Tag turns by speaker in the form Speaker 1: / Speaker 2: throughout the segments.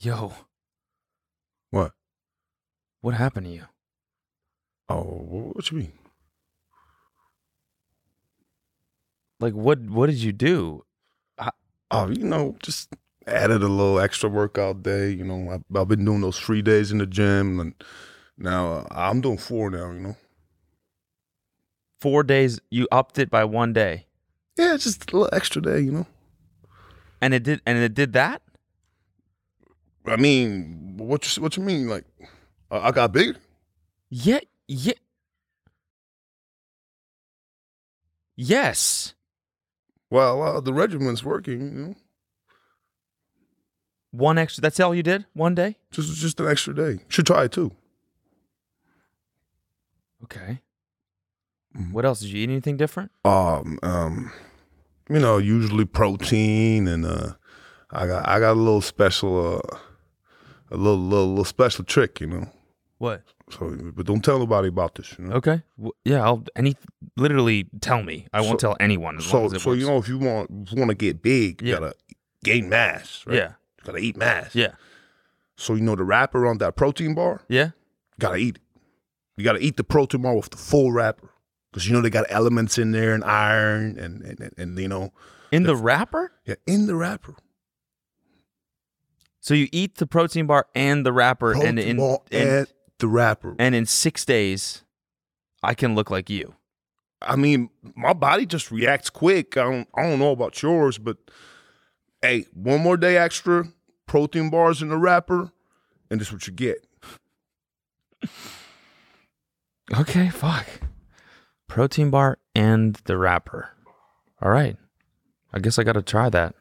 Speaker 1: Yo,
Speaker 2: What?
Speaker 1: what happened to you?
Speaker 2: Oh, wh- what you mean?
Speaker 1: Like, what what did you do?
Speaker 2: Oh, you know, just added a little extra workout day. You know, I've, I've been doing those three days in the gym, and now uh, I'm doing four now. You know,
Speaker 1: Four days. You upped it by one day,
Speaker 2: yeah, just a little extra day. You know,
Speaker 1: and it did. And it did that.
Speaker 2: I mean, what you what you mean? Like, I I got bigger.
Speaker 1: Yeah. Yeah. Yes.
Speaker 2: Well, uh, the regimen's working. You know,
Speaker 1: One extra. That's all you did. One day.
Speaker 2: just just an extra day. Should try it too.
Speaker 1: Okay.
Speaker 2: Mhm.
Speaker 1: What else? Did you eat anything different?
Speaker 2: um, um, you know, usually protein, and uh, I got I got a little special, uh, a little little little special trick, you know.
Speaker 1: What?
Speaker 2: So, but don't tell nobody about this, you know.
Speaker 1: Okay. W yeah. I'll. Any. Literally, tell me. I won't
Speaker 2: So-
Speaker 1: tell anyone. As long
Speaker 2: So,
Speaker 1: as it
Speaker 2: so
Speaker 1: works.
Speaker 2: you know, if you want if you want to get big, you
Speaker 1: Yeah.
Speaker 2: gotta gain mass, right?
Speaker 1: Yeah.
Speaker 2: You gotta eat mass.
Speaker 1: Yeah.
Speaker 2: So you know the wrapper on that protein bar,
Speaker 1: Yeah.
Speaker 2: gotta eat it. You gotta eat the protein bar with the full wrapper, because you know they got elements in there and iron and and, and, and you know
Speaker 1: In the wrapper.
Speaker 2: yeah in the wrapper.
Speaker 1: So you eat the protein bar and the wrapper, and
Speaker 2: Protein
Speaker 1: in
Speaker 2: bar
Speaker 1: and,
Speaker 2: and the wrapper.
Speaker 1: and in six days, I can look like you.
Speaker 2: I mean, my body just reacts quick. I don't, I don't know about yours, but hey, one more day extra, protein bars in the wrapper, and this what you get.
Speaker 1: Okay, fuck. Protein bar and the wrapper. All right. I guess I got to try that.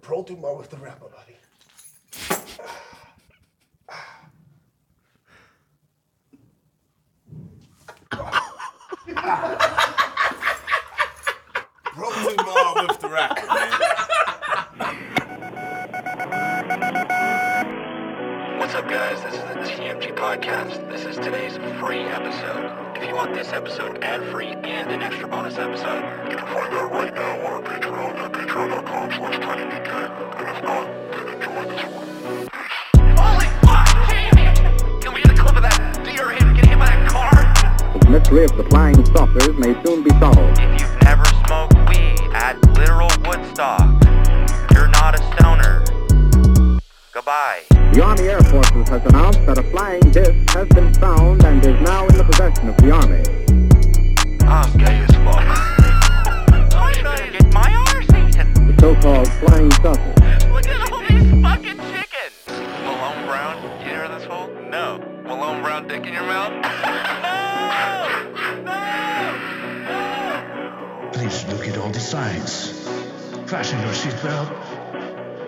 Speaker 2: protein bar with the wrapper, buddy.
Speaker 3: Protein bar with the rapper, man.
Speaker 4: What's up, guys? This is the TMG Podcast. This is today's free episode. If you want this episode ad-free and an extra bonus episode, you can find that right now on our Patreon at patreon.com slash tinydk. And if not, then enjoy this one. Holy fuck, Jamie! Can we get a clip of that deer him getting hit by that car?
Speaker 5: The mystery of the flying saucers may soon be solved.
Speaker 6: If you've never smoked weed at literal Woodstock, you're not a stoner. Goodbye.
Speaker 5: The Army Air Forces has announced that a flying disc has been found and is now in the possession of the Army.
Speaker 6: I'm gay as fuck. I'm gonna get my RC.
Speaker 5: The so-called flying saucer.
Speaker 6: Look at all these fucking chickens. Malone Brown, you hear this hole? No. Malone Brown dick in your mouth? no! No! No!
Speaker 7: Please look at all the signs. Fasten your seatbelt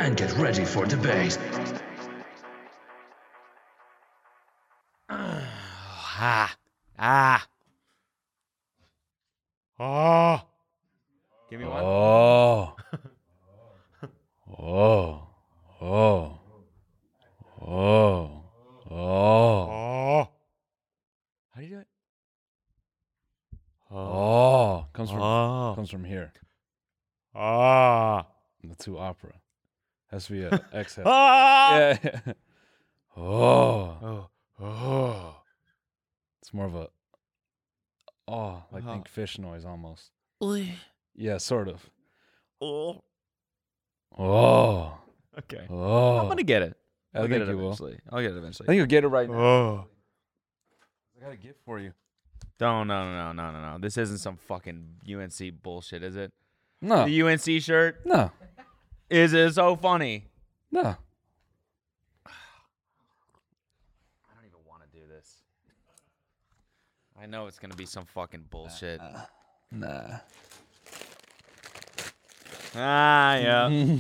Speaker 7: and get ready for debate.
Speaker 1: Ah. Ah.
Speaker 3: Oh.
Speaker 1: Give me one.
Speaker 3: Oh. Oh. Oh. Oh. Oh.
Speaker 8: Oh,
Speaker 3: How do you do it? Oh. Comes from comes from here.
Speaker 8: ah,
Speaker 3: The two opera. Has to be a exhale.
Speaker 8: ah.
Speaker 3: yeah. oh.
Speaker 8: Oh, oh.
Speaker 3: It's more of a oh, like think fish noise almost.
Speaker 1: Oy.
Speaker 3: Yeah, sort of. Oh.
Speaker 1: Okay.
Speaker 3: Oh.
Speaker 1: I'm going to get it.
Speaker 3: I
Speaker 1: I'll get
Speaker 3: think
Speaker 1: it
Speaker 3: you will.
Speaker 1: eventually. I'll get it
Speaker 3: I
Speaker 1: eventually.
Speaker 3: think you'll get it right now.
Speaker 8: oh.
Speaker 3: I got a gift for you.
Speaker 1: Don't, no, no, no, no, no, no. This isn't some fucking UNC bullshit, is it?
Speaker 3: No.
Speaker 1: The UNC shirt
Speaker 3: No.
Speaker 1: is it so funny.
Speaker 3: No.
Speaker 1: I don't even want to do this. I know it's going to be some fucking bullshit.
Speaker 3: Nah.
Speaker 1: Ah, yeah.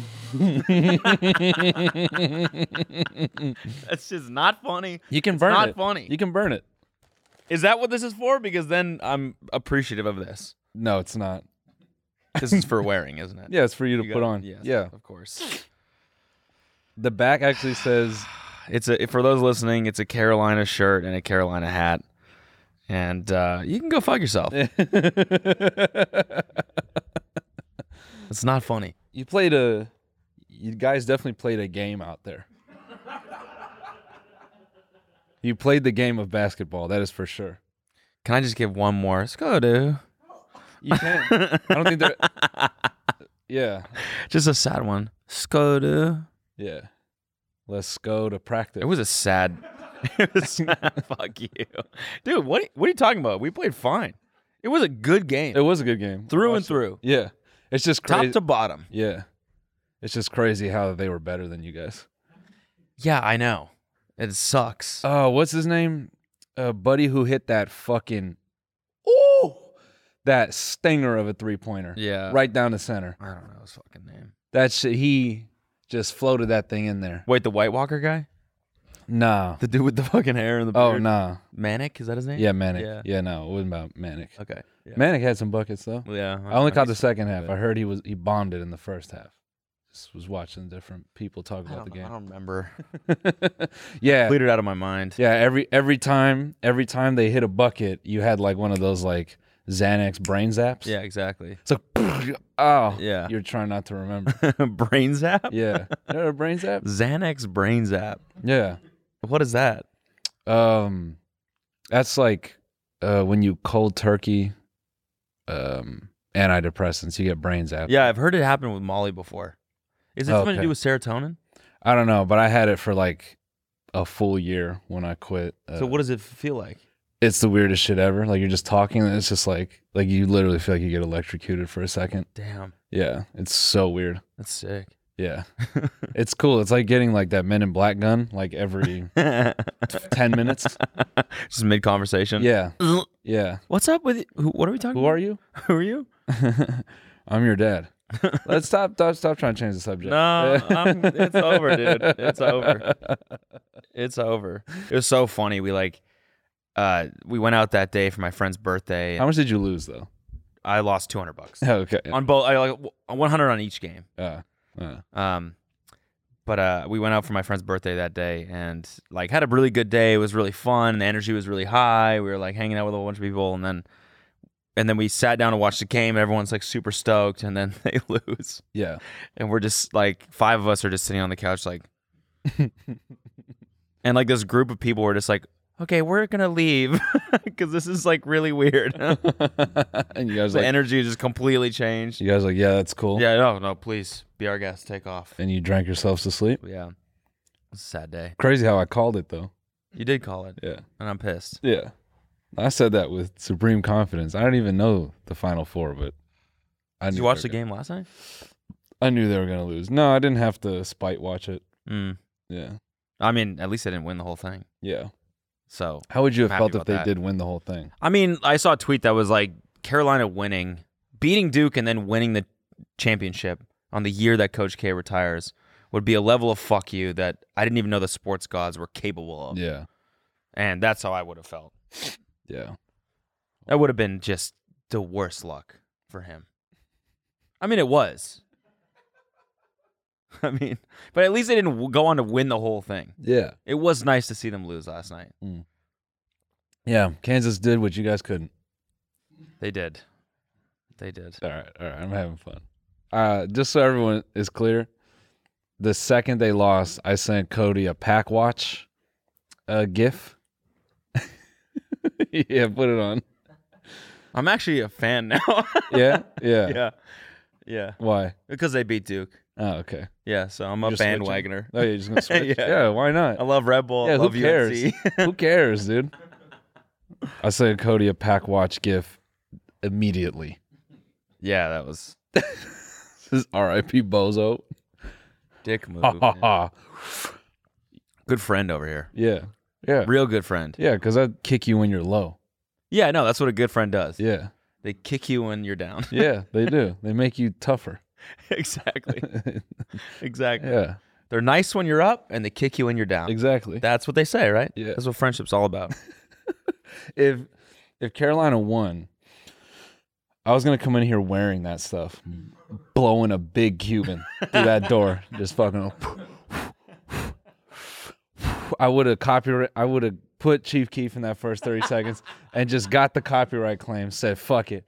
Speaker 1: That's just not funny.
Speaker 3: You can burn
Speaker 1: not
Speaker 3: it.
Speaker 1: funny.
Speaker 3: You can burn it.
Speaker 1: Is that what this is for? Because then I'm appreciative of this.
Speaker 3: No, it's not.
Speaker 1: This is for wearing, isn't it?
Speaker 3: Yeah, it's for you to
Speaker 1: You
Speaker 3: put
Speaker 1: gotta-
Speaker 3: on.
Speaker 1: yes,
Speaker 3: Yeah.
Speaker 1: of course.
Speaker 3: The back actually says
Speaker 1: It's a for those listening, it's a Carolina shirt and a Carolina hat. and uh, you can go fuck yourself. It's not funny.
Speaker 3: you played a. You guys definitely played a game out there. You played the game of basketball. That is for sure.
Speaker 1: Can I just give one more? Let's go, dude.
Speaker 3: You can. I don't think there. Yeah,
Speaker 1: Just a sad one. Skoda.
Speaker 3: yeah. Let's go to practice.
Speaker 1: It was a sad. It was sad. Fuck you, dude. What? What are you talking about? We played fine. It was a good game
Speaker 3: It was a good game
Speaker 1: through
Speaker 3: I
Speaker 1: and
Speaker 3: watched it.
Speaker 1: through,
Speaker 3: Yeah, it's just
Speaker 1: top
Speaker 3: crazy.
Speaker 1: to bottom.
Speaker 3: yeah, it's just crazy how they were better than you guys.
Speaker 1: Yeah, I know. It sucks.
Speaker 3: Oh, what's his name? Uh, buddy who hit that fucking oh that stinger of a three pointer.
Speaker 1: Yeah.
Speaker 3: Right down the center.
Speaker 1: I don't know his fucking name.
Speaker 3: That shit he just floated that thing in there.
Speaker 1: Wait, the White Walker guy,
Speaker 3: Nah.
Speaker 1: the dude with the fucking hair and the
Speaker 3: Oh
Speaker 1: beard?
Speaker 3: nah.
Speaker 1: Manic is that his name?
Speaker 3: Yeah, Manic.
Speaker 1: Yeah.
Speaker 3: Yeah, no, it wasn't about Manic.
Speaker 1: Okay. Yeah.
Speaker 3: Manic had some buckets though.
Speaker 1: yeah.
Speaker 3: I only caught the
Speaker 1: guess-
Speaker 3: second half.
Speaker 1: but-
Speaker 3: I heard he was he bombed it in the first half. Just was watching different people talk
Speaker 1: I
Speaker 3: about the
Speaker 1: don't, know. I
Speaker 3: game.
Speaker 1: don't remember.
Speaker 3: yeah.
Speaker 1: Cleared it out of my mind.
Speaker 3: Yeah, every every time every time they hit a bucket, you had like one of those like Xanax brain zaps.
Speaker 1: Yeah, exactly.
Speaker 3: It's like, oh,
Speaker 1: Yeah.
Speaker 3: You're trying not to remember.
Speaker 1: brain zap?
Speaker 3: Yeah. You know what a brain zap?
Speaker 1: Xanax brain zap.
Speaker 3: Yeah.
Speaker 1: What is that?
Speaker 3: Um, that's like uh, when you cold turkey um, antidepressants, you get brain zap.
Speaker 1: Yeah, I've heard it happen with Molly before. Is it something to
Speaker 3: Okay.
Speaker 1: do with serotonin?
Speaker 3: I don't know, but I had it for like a full year when I quit. Uh,
Speaker 1: so what does it feel like?
Speaker 3: It's the weirdest shit ever. Like you're just talking, and it's just like like you literally feel like you get electrocuted for a second.
Speaker 1: Damn,
Speaker 3: Yeah, it's so weird.
Speaker 1: that's sick.
Speaker 3: Yeah, it's cool. It's like getting like that Men in Black gun like every ten minutes.
Speaker 1: Just mid conversation.
Speaker 3: Yeah, yeah.
Speaker 1: What's up with who, what are we talking?
Speaker 3: Who are you?
Speaker 1: about? Who are you?
Speaker 3: I'm your dad. Let's stop, stop, stop trying to change the subject.
Speaker 1: No, I'm, it's over, dude. It's over. It's over. It was so funny. We like, uh, we went out that day for my friend's birthday.
Speaker 3: How
Speaker 1: And
Speaker 3: much did you lose though?
Speaker 1: I lost two hundred bucks
Speaker 3: Okay.
Speaker 1: on both. I like one hundred on each game.
Speaker 3: Uh, uh,
Speaker 1: Um, but uh, we went out for my friend's birthday that day and like had a really good day. It was really fun. The energy was really high. We were like hanging out with a whole bunch of people, and then and then we sat down to watch the game. And everyone's like super stoked, and then they lose,
Speaker 3: yeah.
Speaker 1: and we're just like five of us are just sitting on the couch like, and like this group of people were just like. Okay, we're gonna leave because this is like really weird. the
Speaker 3: and you guys like,
Speaker 1: energy just completely changed.
Speaker 3: you guys like, yeah, that's cool.
Speaker 1: Yeah, no, no, please be our guest. Take off.
Speaker 3: And you drank yourselves to sleep.
Speaker 1: Yeah, it's a sad day.
Speaker 3: Crazy how I called it though.
Speaker 1: You did call it,
Speaker 3: Yeah.
Speaker 1: and I'm pissed.
Speaker 3: Yeah. I said that with supreme confidence. I don't even know the final four, but I
Speaker 1: Did you
Speaker 3: knew they
Speaker 1: watch
Speaker 3: were
Speaker 1: the
Speaker 3: gonna-
Speaker 1: game last night?
Speaker 3: I knew they were gonna lose. No, I didn't have to spite watch it.
Speaker 1: Mm.
Speaker 3: Yeah.
Speaker 1: I mean, at least they didn't win the whole thing.
Speaker 3: Yeah.
Speaker 1: So,
Speaker 3: How would you have
Speaker 1: I'm happy
Speaker 3: felt if
Speaker 1: about
Speaker 3: they
Speaker 1: that.
Speaker 3: did win the whole thing?
Speaker 1: I mean, I saw a tweet that was like Carolina winning, beating Duke, and then winning the championship on the year that Coach K retires would be a level of fuck you that I didn't even know the sports gods were capable of.
Speaker 3: Yeah.
Speaker 1: And that's how I would have felt.
Speaker 3: Yeah.
Speaker 1: That would have been just the worst luck for him. I mean, it was. I mean, but at least they didn't w- go on to win the whole thing.
Speaker 3: Yeah.
Speaker 1: It was nice to see them lose last night.
Speaker 3: Yeah. Kansas did what you guys couldn't.
Speaker 1: They did. They did.
Speaker 3: All right, all right. I'm having fun. Uh, just so everyone is clear, the second they lost, I sent Cody a pack watch, uh, GIF. yeah, put it on.
Speaker 1: I'm actually a fan now.
Speaker 3: Yeah, yeah.
Speaker 1: yeah. Yeah.
Speaker 3: Why?
Speaker 1: Because they beat Duke.
Speaker 3: Oh, okay.
Speaker 1: Yeah. So I'm a
Speaker 3: You're switching?
Speaker 1: bandwagoner.
Speaker 3: Oh, you're just gonna switch?
Speaker 1: Yeah.
Speaker 3: yeah. why
Speaker 1: I
Speaker 3: not?
Speaker 1: love Red Bull. I
Speaker 3: Yeah, who
Speaker 1: love
Speaker 3: cares?
Speaker 1: UNC.
Speaker 3: who cares, dude? I sent Cody a pack watch GIF immediately.
Speaker 1: yeah, that was
Speaker 3: This is R.I.P. Bozo.
Speaker 1: dick move.
Speaker 3: Ha ha
Speaker 1: man.
Speaker 3: ha.
Speaker 1: Good friend over here.
Speaker 3: Yeah, yeah,
Speaker 1: Real good friend.
Speaker 3: yeah. Because I kick you when you're low.
Speaker 1: Yeah, no, that's what a good friend does.
Speaker 3: Yeah.
Speaker 1: They kick you when you're down.
Speaker 3: Yeah, they do. They make you tougher.
Speaker 1: exactly. Exactly.
Speaker 3: yeah,
Speaker 1: They're nice when you're up and they kick you when you're down.
Speaker 3: exactly.
Speaker 1: That's what they say, right?
Speaker 3: Yeah.
Speaker 1: That's what friendship's all about.
Speaker 3: if if Carolina won, I was gonna come in here wearing that stuff, blowing a big Cuban through that door, just fucking. I would have copyright. I would have put Chief Keef in that first 30 seconds and just got the copyright claim, said, fuck it.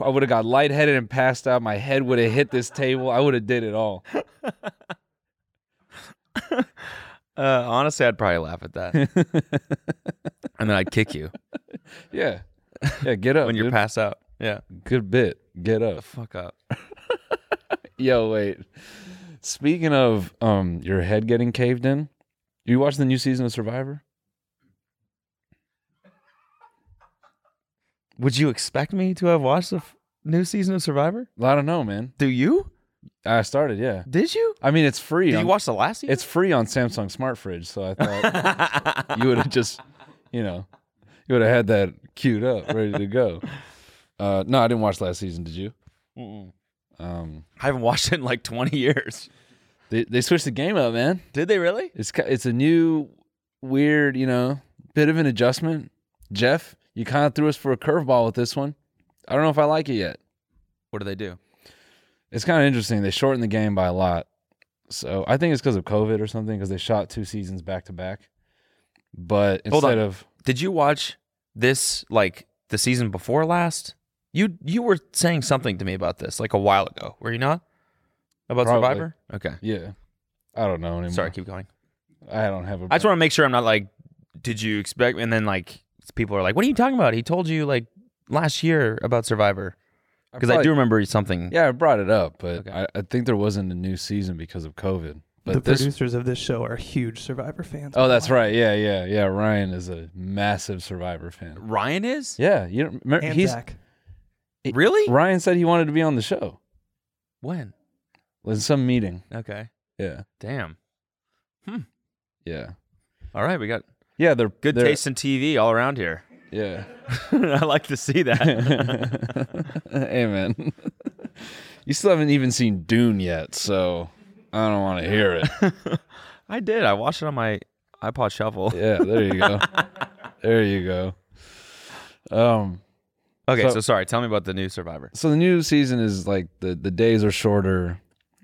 Speaker 3: I would have got lightheaded and passed out. My head would have hit this table. I would have did it all.
Speaker 1: Uh, honestly, I'd probably laugh at that, and then I'd kick you
Speaker 3: Yeah. Yeah, get up.
Speaker 1: when you're
Speaker 3: dude.
Speaker 1: passed out. Yeah,
Speaker 3: Good bit. Get up.
Speaker 1: fuck up.
Speaker 3: Yo, wait. Speaking of um your head getting caved in, you watch the new season of Survivor?
Speaker 1: Would you expect me to have watched the f- new season of Survivor?
Speaker 3: I don't know, man.
Speaker 1: Do you?
Speaker 3: I started, yeah.
Speaker 1: Did you?
Speaker 3: I mean, it's free.
Speaker 1: Did
Speaker 3: on-
Speaker 1: you watch the last season?
Speaker 3: It's free on Samsung Smart Fridge, so I thought you would have just, you know, you would have had that queued up, ready to go. Uh, no, I didn't watch last season. Did you? Um,
Speaker 1: I haven't watched it in like 20 years.
Speaker 3: they they switched the game up, man.
Speaker 1: Did they really?
Speaker 3: It's ki- it's a new weird, you know, bit of an adjustment. Jeff, you kind of threw us for a curveball with this one. I don't know if I like it yet.
Speaker 1: What do they do?
Speaker 3: It's kind of interesting. They shortened the game by a lot. So I think it's because of COVID or something because they shot two seasons back to back. But
Speaker 1: Hold on.
Speaker 3: instead of
Speaker 1: Did you watch this like the season before last? You you were saying something to me about this like a while ago. Were you not? About
Speaker 3: Probably.
Speaker 1: Survivor? Okay.
Speaker 3: yeah, I don't know anymore.
Speaker 1: Sorry, keep going.
Speaker 3: I don't have a.
Speaker 1: I just want to make sure I'm not like, did you expect? And then like people are like, what are you talking about? He told you like last year about Survivor because I
Speaker 3: probably-
Speaker 1: do remember something.
Speaker 3: Yeah, I brought it up, but
Speaker 1: Okay.
Speaker 3: I, I think there wasn't a new season because of COVID. But
Speaker 9: the
Speaker 3: this,
Speaker 9: producers of this show are huge Survivor fans.
Speaker 3: oh, that's right. Yeah, yeah, yeah. Ryan is a massive Survivor fan.
Speaker 1: Ryan is
Speaker 3: Yeah, you don't remember?
Speaker 9: And
Speaker 3: He's
Speaker 9: Zach.
Speaker 1: really
Speaker 3: Ryan said he wanted to be on the show
Speaker 1: when?
Speaker 3: in some meeting.
Speaker 1: Okay,
Speaker 3: Yeah,
Speaker 1: damn.
Speaker 3: yeah,
Speaker 1: All right, we got
Speaker 3: yeah. They're
Speaker 1: good
Speaker 3: they're-
Speaker 1: taste in TV all around here.
Speaker 3: Yeah.
Speaker 1: I like to see that.
Speaker 3: Amen. you still haven't even seen Dune yet, so I don't want to hear it.
Speaker 1: I did. I watched it on my iPod Shuffle.
Speaker 3: Yeah, there you go. there you go. Um.
Speaker 1: Okay, so,
Speaker 3: So-
Speaker 1: sorry. Tell me about the new Survivor.
Speaker 3: so the new season is like the the days are shorter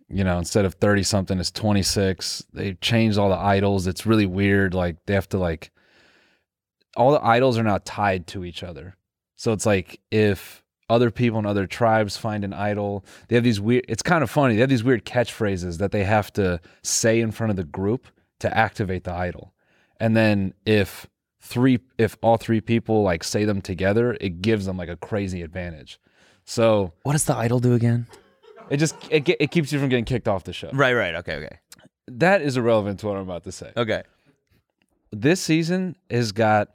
Speaker 3: you know instead of 30 something it's 26 they've changed all the idols it's really weird like they have to like all the idols are now tied to each other so it's like if other people in other tribes find an idol they have these weird it's kind of funny they have these weird catchphrases that they have to say in front of the group to activate the idol and then if three if all three people like say them together it gives them like a crazy advantage so
Speaker 1: What does the idol do again?
Speaker 3: it just it, ge- it keeps you from getting kicked off the show.
Speaker 1: Right, right. Okay, okay,
Speaker 3: That is irrelevant to what I'm about to say.
Speaker 1: okay.
Speaker 3: This season has got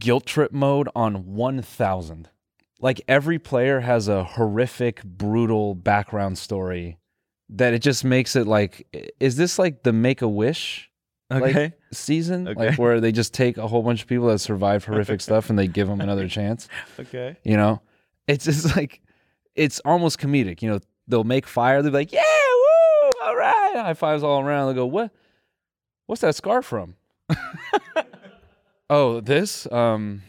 Speaker 3: guilt trip mode on 1,000. Like every player has a horrific, brutal background story that it just makes it like, i- is this like the Make a Wish
Speaker 1: Okay.
Speaker 3: like season?
Speaker 1: Okay.
Speaker 3: Like where they just take a whole bunch of people that survive horrific stuff and they give them another chance.
Speaker 1: Okay.
Speaker 3: You know, it's just like it's almost comedic. You know, they'll make fire. They'll be like, "Yeah, woo, all right." High fives all around. They'll go, "What? What's that scar from?" oh, this. Um,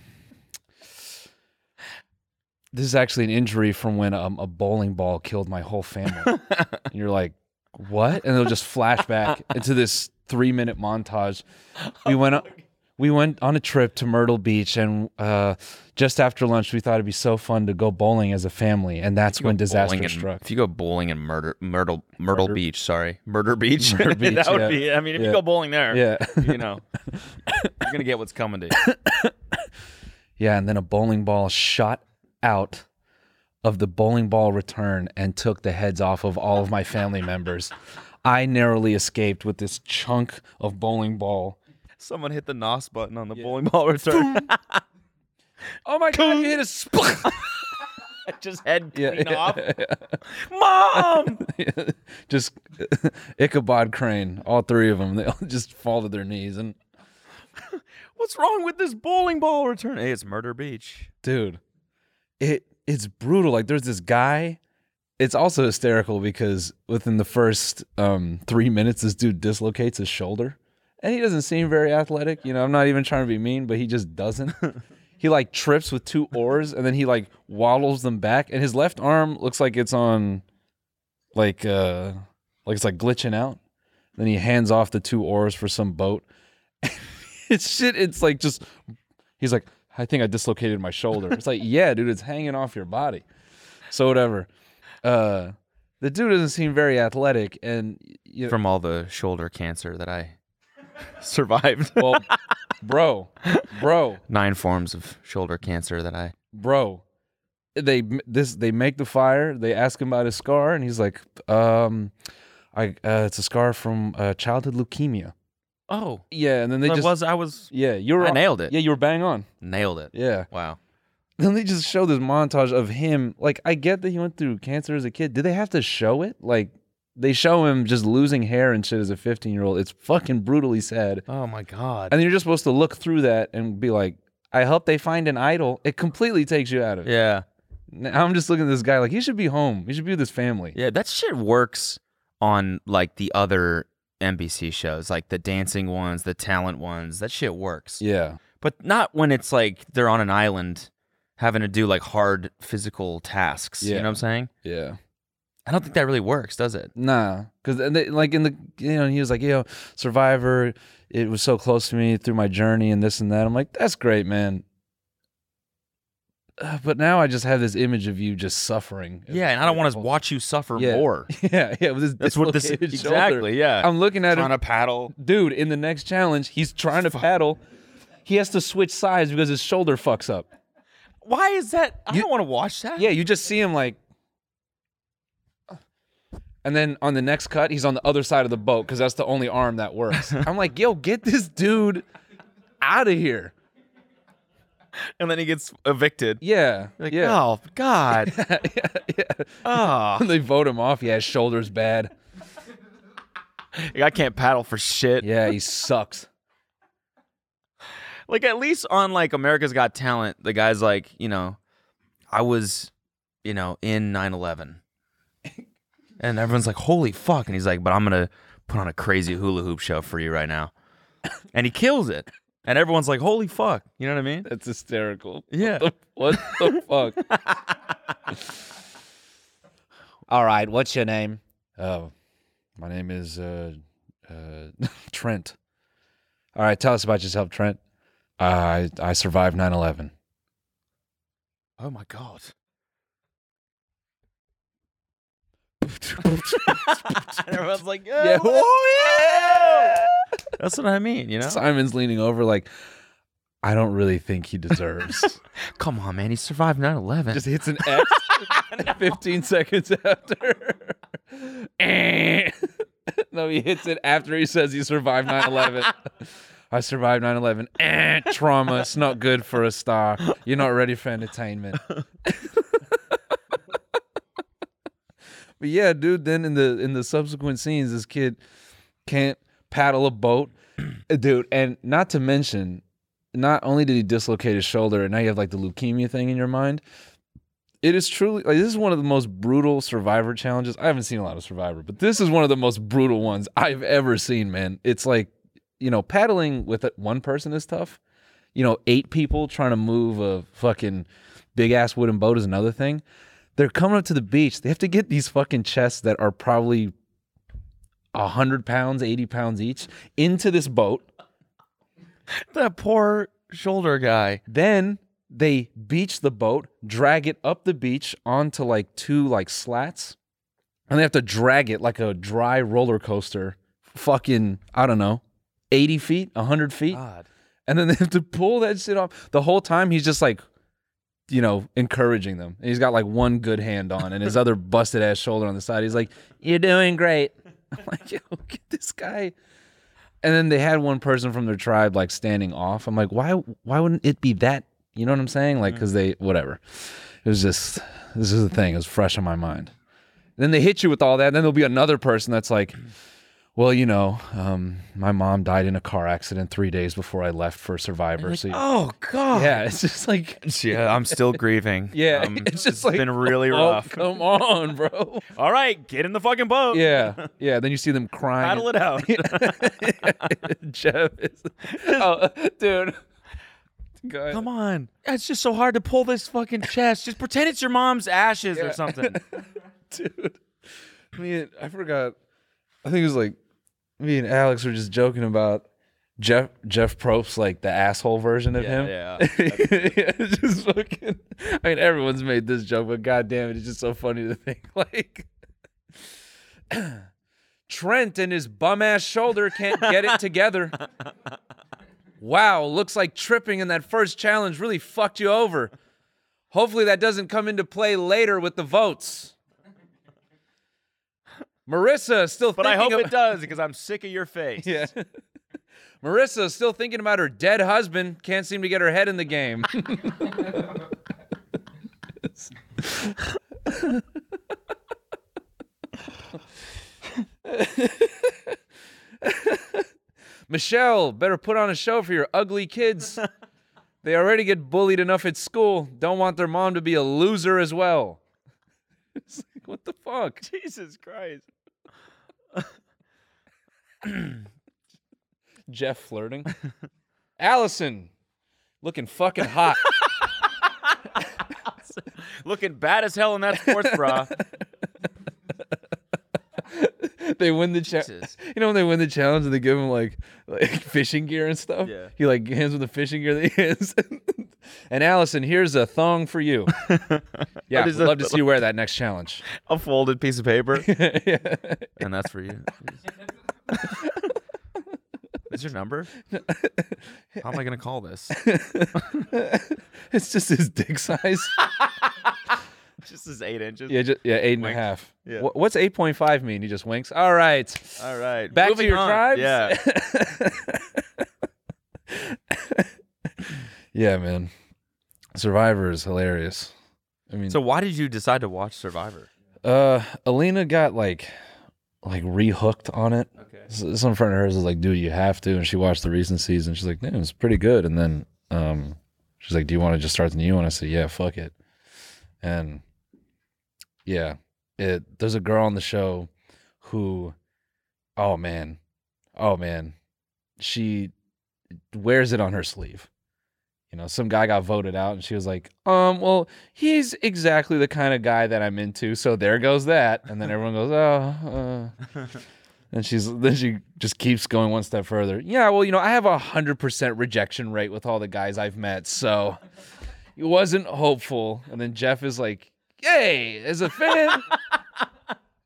Speaker 3: this is actually an injury from when um, a bowling ball killed my whole family. and you're like, "What?" And they'll just flash back into this three minute montage. We
Speaker 1: Oh
Speaker 3: went. up we went on a trip to Myrtle Beach, and uh, just after lunch, we thought it'd be so fun to go bowling as a family, and that's when
Speaker 1: Bowling
Speaker 3: disaster
Speaker 1: in-
Speaker 3: struck.
Speaker 1: If you go bowling in Murder, Myrtle, Myrtle
Speaker 3: Murder-
Speaker 1: Beach, sorry, Murder Beach,
Speaker 3: Murder Beach,
Speaker 1: that would
Speaker 3: yeah.
Speaker 1: be. I mean, if you
Speaker 3: Yeah.
Speaker 1: go bowling there,
Speaker 3: Yeah,
Speaker 1: you know, you're gonna get what's coming to you.
Speaker 3: yeah, and then a bowling ball shot out of the bowling ball return and took the heads off of all of my family members. I narrowly escaped with this chunk of bowling ball.
Speaker 1: Someone hit the nos button on the bowling ball return.
Speaker 3: Oh my god! You hit a sp-
Speaker 1: Just head
Speaker 3: Yeah,
Speaker 1: clean
Speaker 3: yeah,
Speaker 1: off. Mom.
Speaker 3: just Ichabod Crane, all three of them. They all just fall to their knees and.
Speaker 1: What's wrong with this bowling ball return? Hey, it's Murder Beach.
Speaker 3: dude it it's brutal like there's this guy it's also hysterical because within the first um three minutes this dude dislocates his shoulder and he doesn't seem very athletic you know i'm not even trying to be mean but he just doesn't he like trips with two oars and then he like waddles them back and his left arm looks like it's on like uh like it's like glitching out then he hands off the two oars for some boat it's shit. It's like just. He's like, I think I dislocated my shoulder. It's like, yeah, dude, it's hanging off your body. So whatever. Uh, the dude doesn't seem very athletic, and you
Speaker 1: from all the shoulder cancer that I survived.
Speaker 3: well, bro, bro,
Speaker 1: Nine forms of shoulder cancer that I.
Speaker 3: bro. They m- this they make the fire. They ask him about his scar, and he's like, um, I uh, it's a scar from uh, childhood leukemia.
Speaker 1: Oh,
Speaker 3: Yeah, and then they
Speaker 1: I
Speaker 3: just
Speaker 1: was I was
Speaker 3: yeah, you were
Speaker 1: I nailed it.
Speaker 3: Yeah, you were bang on.
Speaker 1: nailed it.
Speaker 3: Yeah.
Speaker 1: Wow.
Speaker 3: Then they just show this montage of him. Like, I get that he went through cancer as a kid. Did they have to show it? Like, they show him just losing hair and shit as a 15 year old. It's fucking brutally sad.
Speaker 1: Oh my god.
Speaker 3: And you're just supposed to look through that and be like, I hope they find an idol. It completely takes you out of it.
Speaker 1: Yeah.
Speaker 3: Now I'm just looking at this guy like, he should be home. He should be with his family.
Speaker 1: Yeah, that shit works on like the other NBC shows, like the dancing ones, the talent ones. That shit works.
Speaker 3: Yeah.
Speaker 1: But not when it's like they're on an island having to do like hard physical tasks. You
Speaker 3: Yeah.
Speaker 1: know what I'm saying?
Speaker 3: Yeah.
Speaker 1: I don't think that really works, does it?
Speaker 3: Nah, because like in the you know he was like you know Survivor, it was so close to me through my journey and this and that. I'm like that's great, man. Uh, But now I just have this image of you just suffering.
Speaker 1: Yeah, and I don't want to watch you suffer
Speaker 3: Yeah.
Speaker 1: more.
Speaker 3: Yeah, yeah. With this
Speaker 1: That's what this
Speaker 3: dislocated shoulder.
Speaker 1: exactly. Yeah,
Speaker 3: I'm looking at
Speaker 1: trying
Speaker 3: him,
Speaker 1: to paddle.
Speaker 3: dude. In the next challenge, he's trying to paddle. He has to switch sides because his shoulder fucks up.
Speaker 1: Why is that? I
Speaker 3: You-
Speaker 1: don't want to watch that.
Speaker 3: Yeah, you just see him like. And then on the next cut, he's on the other side of the boat because that's the only arm that works. I'm like, yo, get this dude out of here.
Speaker 1: and then he gets evicted.
Speaker 3: Yeah.
Speaker 1: Like,
Speaker 3: yeah.
Speaker 1: Oh God.
Speaker 3: yeah, yeah.
Speaker 1: oh,
Speaker 3: they vote him off. Yeah, his shoulder's bad.
Speaker 1: I can't paddle for shit.
Speaker 3: Yeah, he sucks.
Speaker 1: like at least on like America's Got Talent, the guy's like, you know, I was, you know, in 9/11. And everyone's like, "Holy fuck." And he's like, "But I'm going to put on a crazy hula hoop show for you right now." And he kills it. And everyone's like, "Holy fuck." You know what I mean?
Speaker 3: That's hysterical.
Speaker 1: Yeah.
Speaker 3: What the fuck? All right, what's your name? Oh, my name is uh, uh, Trent. All right, tell us about yourself, Trent. Uh, I I survived 9/11.
Speaker 1: Oh my god. and everyone's like,
Speaker 3: Yeah.
Speaker 1: "Yeah, oh yeah." That's what I mean, you know?
Speaker 3: Simon's leaning over like I don't really think he deserves.
Speaker 1: Come on, man. He survived 9/11.
Speaker 3: Just hits an X 15 seconds after. Eh. no, he hits it after he says he survived 9 11. I survived 9 11. Eh, trauma. It's not good for a star. You're not ready for entertainment. but yeah, dude, then in the in the subsequent scenes, this kid can't paddle a boat. Uh, dude, and not to mention, not only did he dislocate his shoulder, and now you have like the leukemia thing in your mind. It is truly like this is one of the most brutal survivor challenges. I haven't seen a lot of survivor, but this is one of the most brutal ones I've ever seen, man. It's like, you know, paddling with it- one person is tough. You know, eight people trying to move a fucking big ass wooden boat is another thing. They're coming up to the beach. They have to get these fucking chests that are probably 100 pounds, 80 pounds each into this boat.
Speaker 1: that poor shoulder guy.
Speaker 3: Then they beach the boat, drag it up the beach onto like two like slats, and they have to drag it like a dry roller coaster, fucking, I don't know, 80 feet, 100 feet.
Speaker 1: God.
Speaker 3: And then they have to pull that shit off. The whole time he's just like, you know, encouraging them. And he's got like one good hand on and his other busted ass shoulder on the side. He's like, You're doing great. I'm like, yo, get this guy. And then they had one person from their tribe like standing off. I'm like, why why wouldn't it be that? You know what I'm saying? Like, cause they whatever. It was just this is the thing. It was fresh in my mind. Then they hit you with all that. And then there'll be another person that's like, well, you know, um, my mom died in a car accident three days before I left for Survivor. so
Speaker 1: Oh god.
Speaker 3: yeah, it's just like
Speaker 1: Yeah, I'm still grieving.
Speaker 3: yeah,
Speaker 1: Um,
Speaker 3: it's just like
Speaker 1: been really
Speaker 3: oh,
Speaker 1: rough.
Speaker 3: Come on, bro.
Speaker 1: All right, get in the fucking boat.
Speaker 3: Yeah, yeah. Then you see them crying.
Speaker 1: Paddle it out.
Speaker 3: Jeff is, oh, dude. Go ahead.
Speaker 1: Come on. It's just so hard to pull this fucking chest. Just pretend it's your mom's ashes or something.
Speaker 3: dude. Me and I forgot. I think it was like me and Alex were just joking about Jeff Jeff Probst like the asshole version of
Speaker 1: Yeah,
Speaker 3: him.
Speaker 1: yeah.
Speaker 3: it's just fucking. I mean, everyone's made this joke, but goddamn it, it's just so funny to think like Trent and his bum ass shoulder can't get it together. Wow, looks like tripping in that first challenge really fucked you over. Hopefully, that doesn't come into play later with the votes. Marissa still
Speaker 1: But I
Speaker 3: thinking
Speaker 1: hope
Speaker 3: of-
Speaker 1: it does because I'm sick of your face.
Speaker 3: yeah. Marissa is still thinking about her dead husband. Can't seem to get her head in the game. Michelle, better put on a show for your ugly kids. They already get bullied enough at school. Don't want their mom to be a loser as well. It's like, what the fuck?
Speaker 1: Jesus Christ.
Speaker 3: Jeff flirting. Allison, looking fucking hot.
Speaker 1: Looking bad as hell in that sports bra.
Speaker 3: they win the challenge.
Speaker 1: Jesus.
Speaker 3: You know when they win the challenge and they give him like, like fishing gear and stuff.
Speaker 1: Yeah.
Speaker 3: He like hands him the fishing gear that he has. and Allison, here's a thong for you. yeah,
Speaker 1: is
Speaker 3: would
Speaker 1: a
Speaker 3: love to see you wear that next challenge.
Speaker 1: A folded piece of paper.
Speaker 3: Yeah.
Speaker 1: and that's for you. Is your number? How am I gonna call this?
Speaker 3: It's just his dick size.
Speaker 1: Just is eight inches.
Speaker 3: yeah, just, yeah, eight and a
Speaker 1: Winks.
Speaker 3: half.
Speaker 1: Yeah.
Speaker 3: Wh- what's eight point five mean? He just winks. All right.
Speaker 1: All right.
Speaker 3: Back
Speaker 1: moving
Speaker 3: to your
Speaker 1: on.
Speaker 3: tribes.
Speaker 1: Yeah.
Speaker 3: yeah, man. Survivor is hilarious. I mean,
Speaker 1: So why did you decide to watch Survivor?
Speaker 3: Uh, Alina got like, like rehooked on it. Okay. some friend of hers was like, "Dude, you have to," and she watched the recent season. She's like, "Damn, it's pretty good." And then, um, she's like, "Do you want to just start the new one?" I said, "Yeah, fuck it." And yeah, it. There's a girl on the show who, oh man, oh man, she wears it on her sleeve. You know, some guy got voted out, and she was like, "Um, well, he's exactly the kind of guy that I'm into. So there goes that. And then everyone goes, oh. uh." And she's then she just keeps going one step further. Yeah, well, you know, I have a hundred percent rejection rate with all the guys I've met, so it wasn't hopeful. And then Jeff is like, "Hey, as a fan,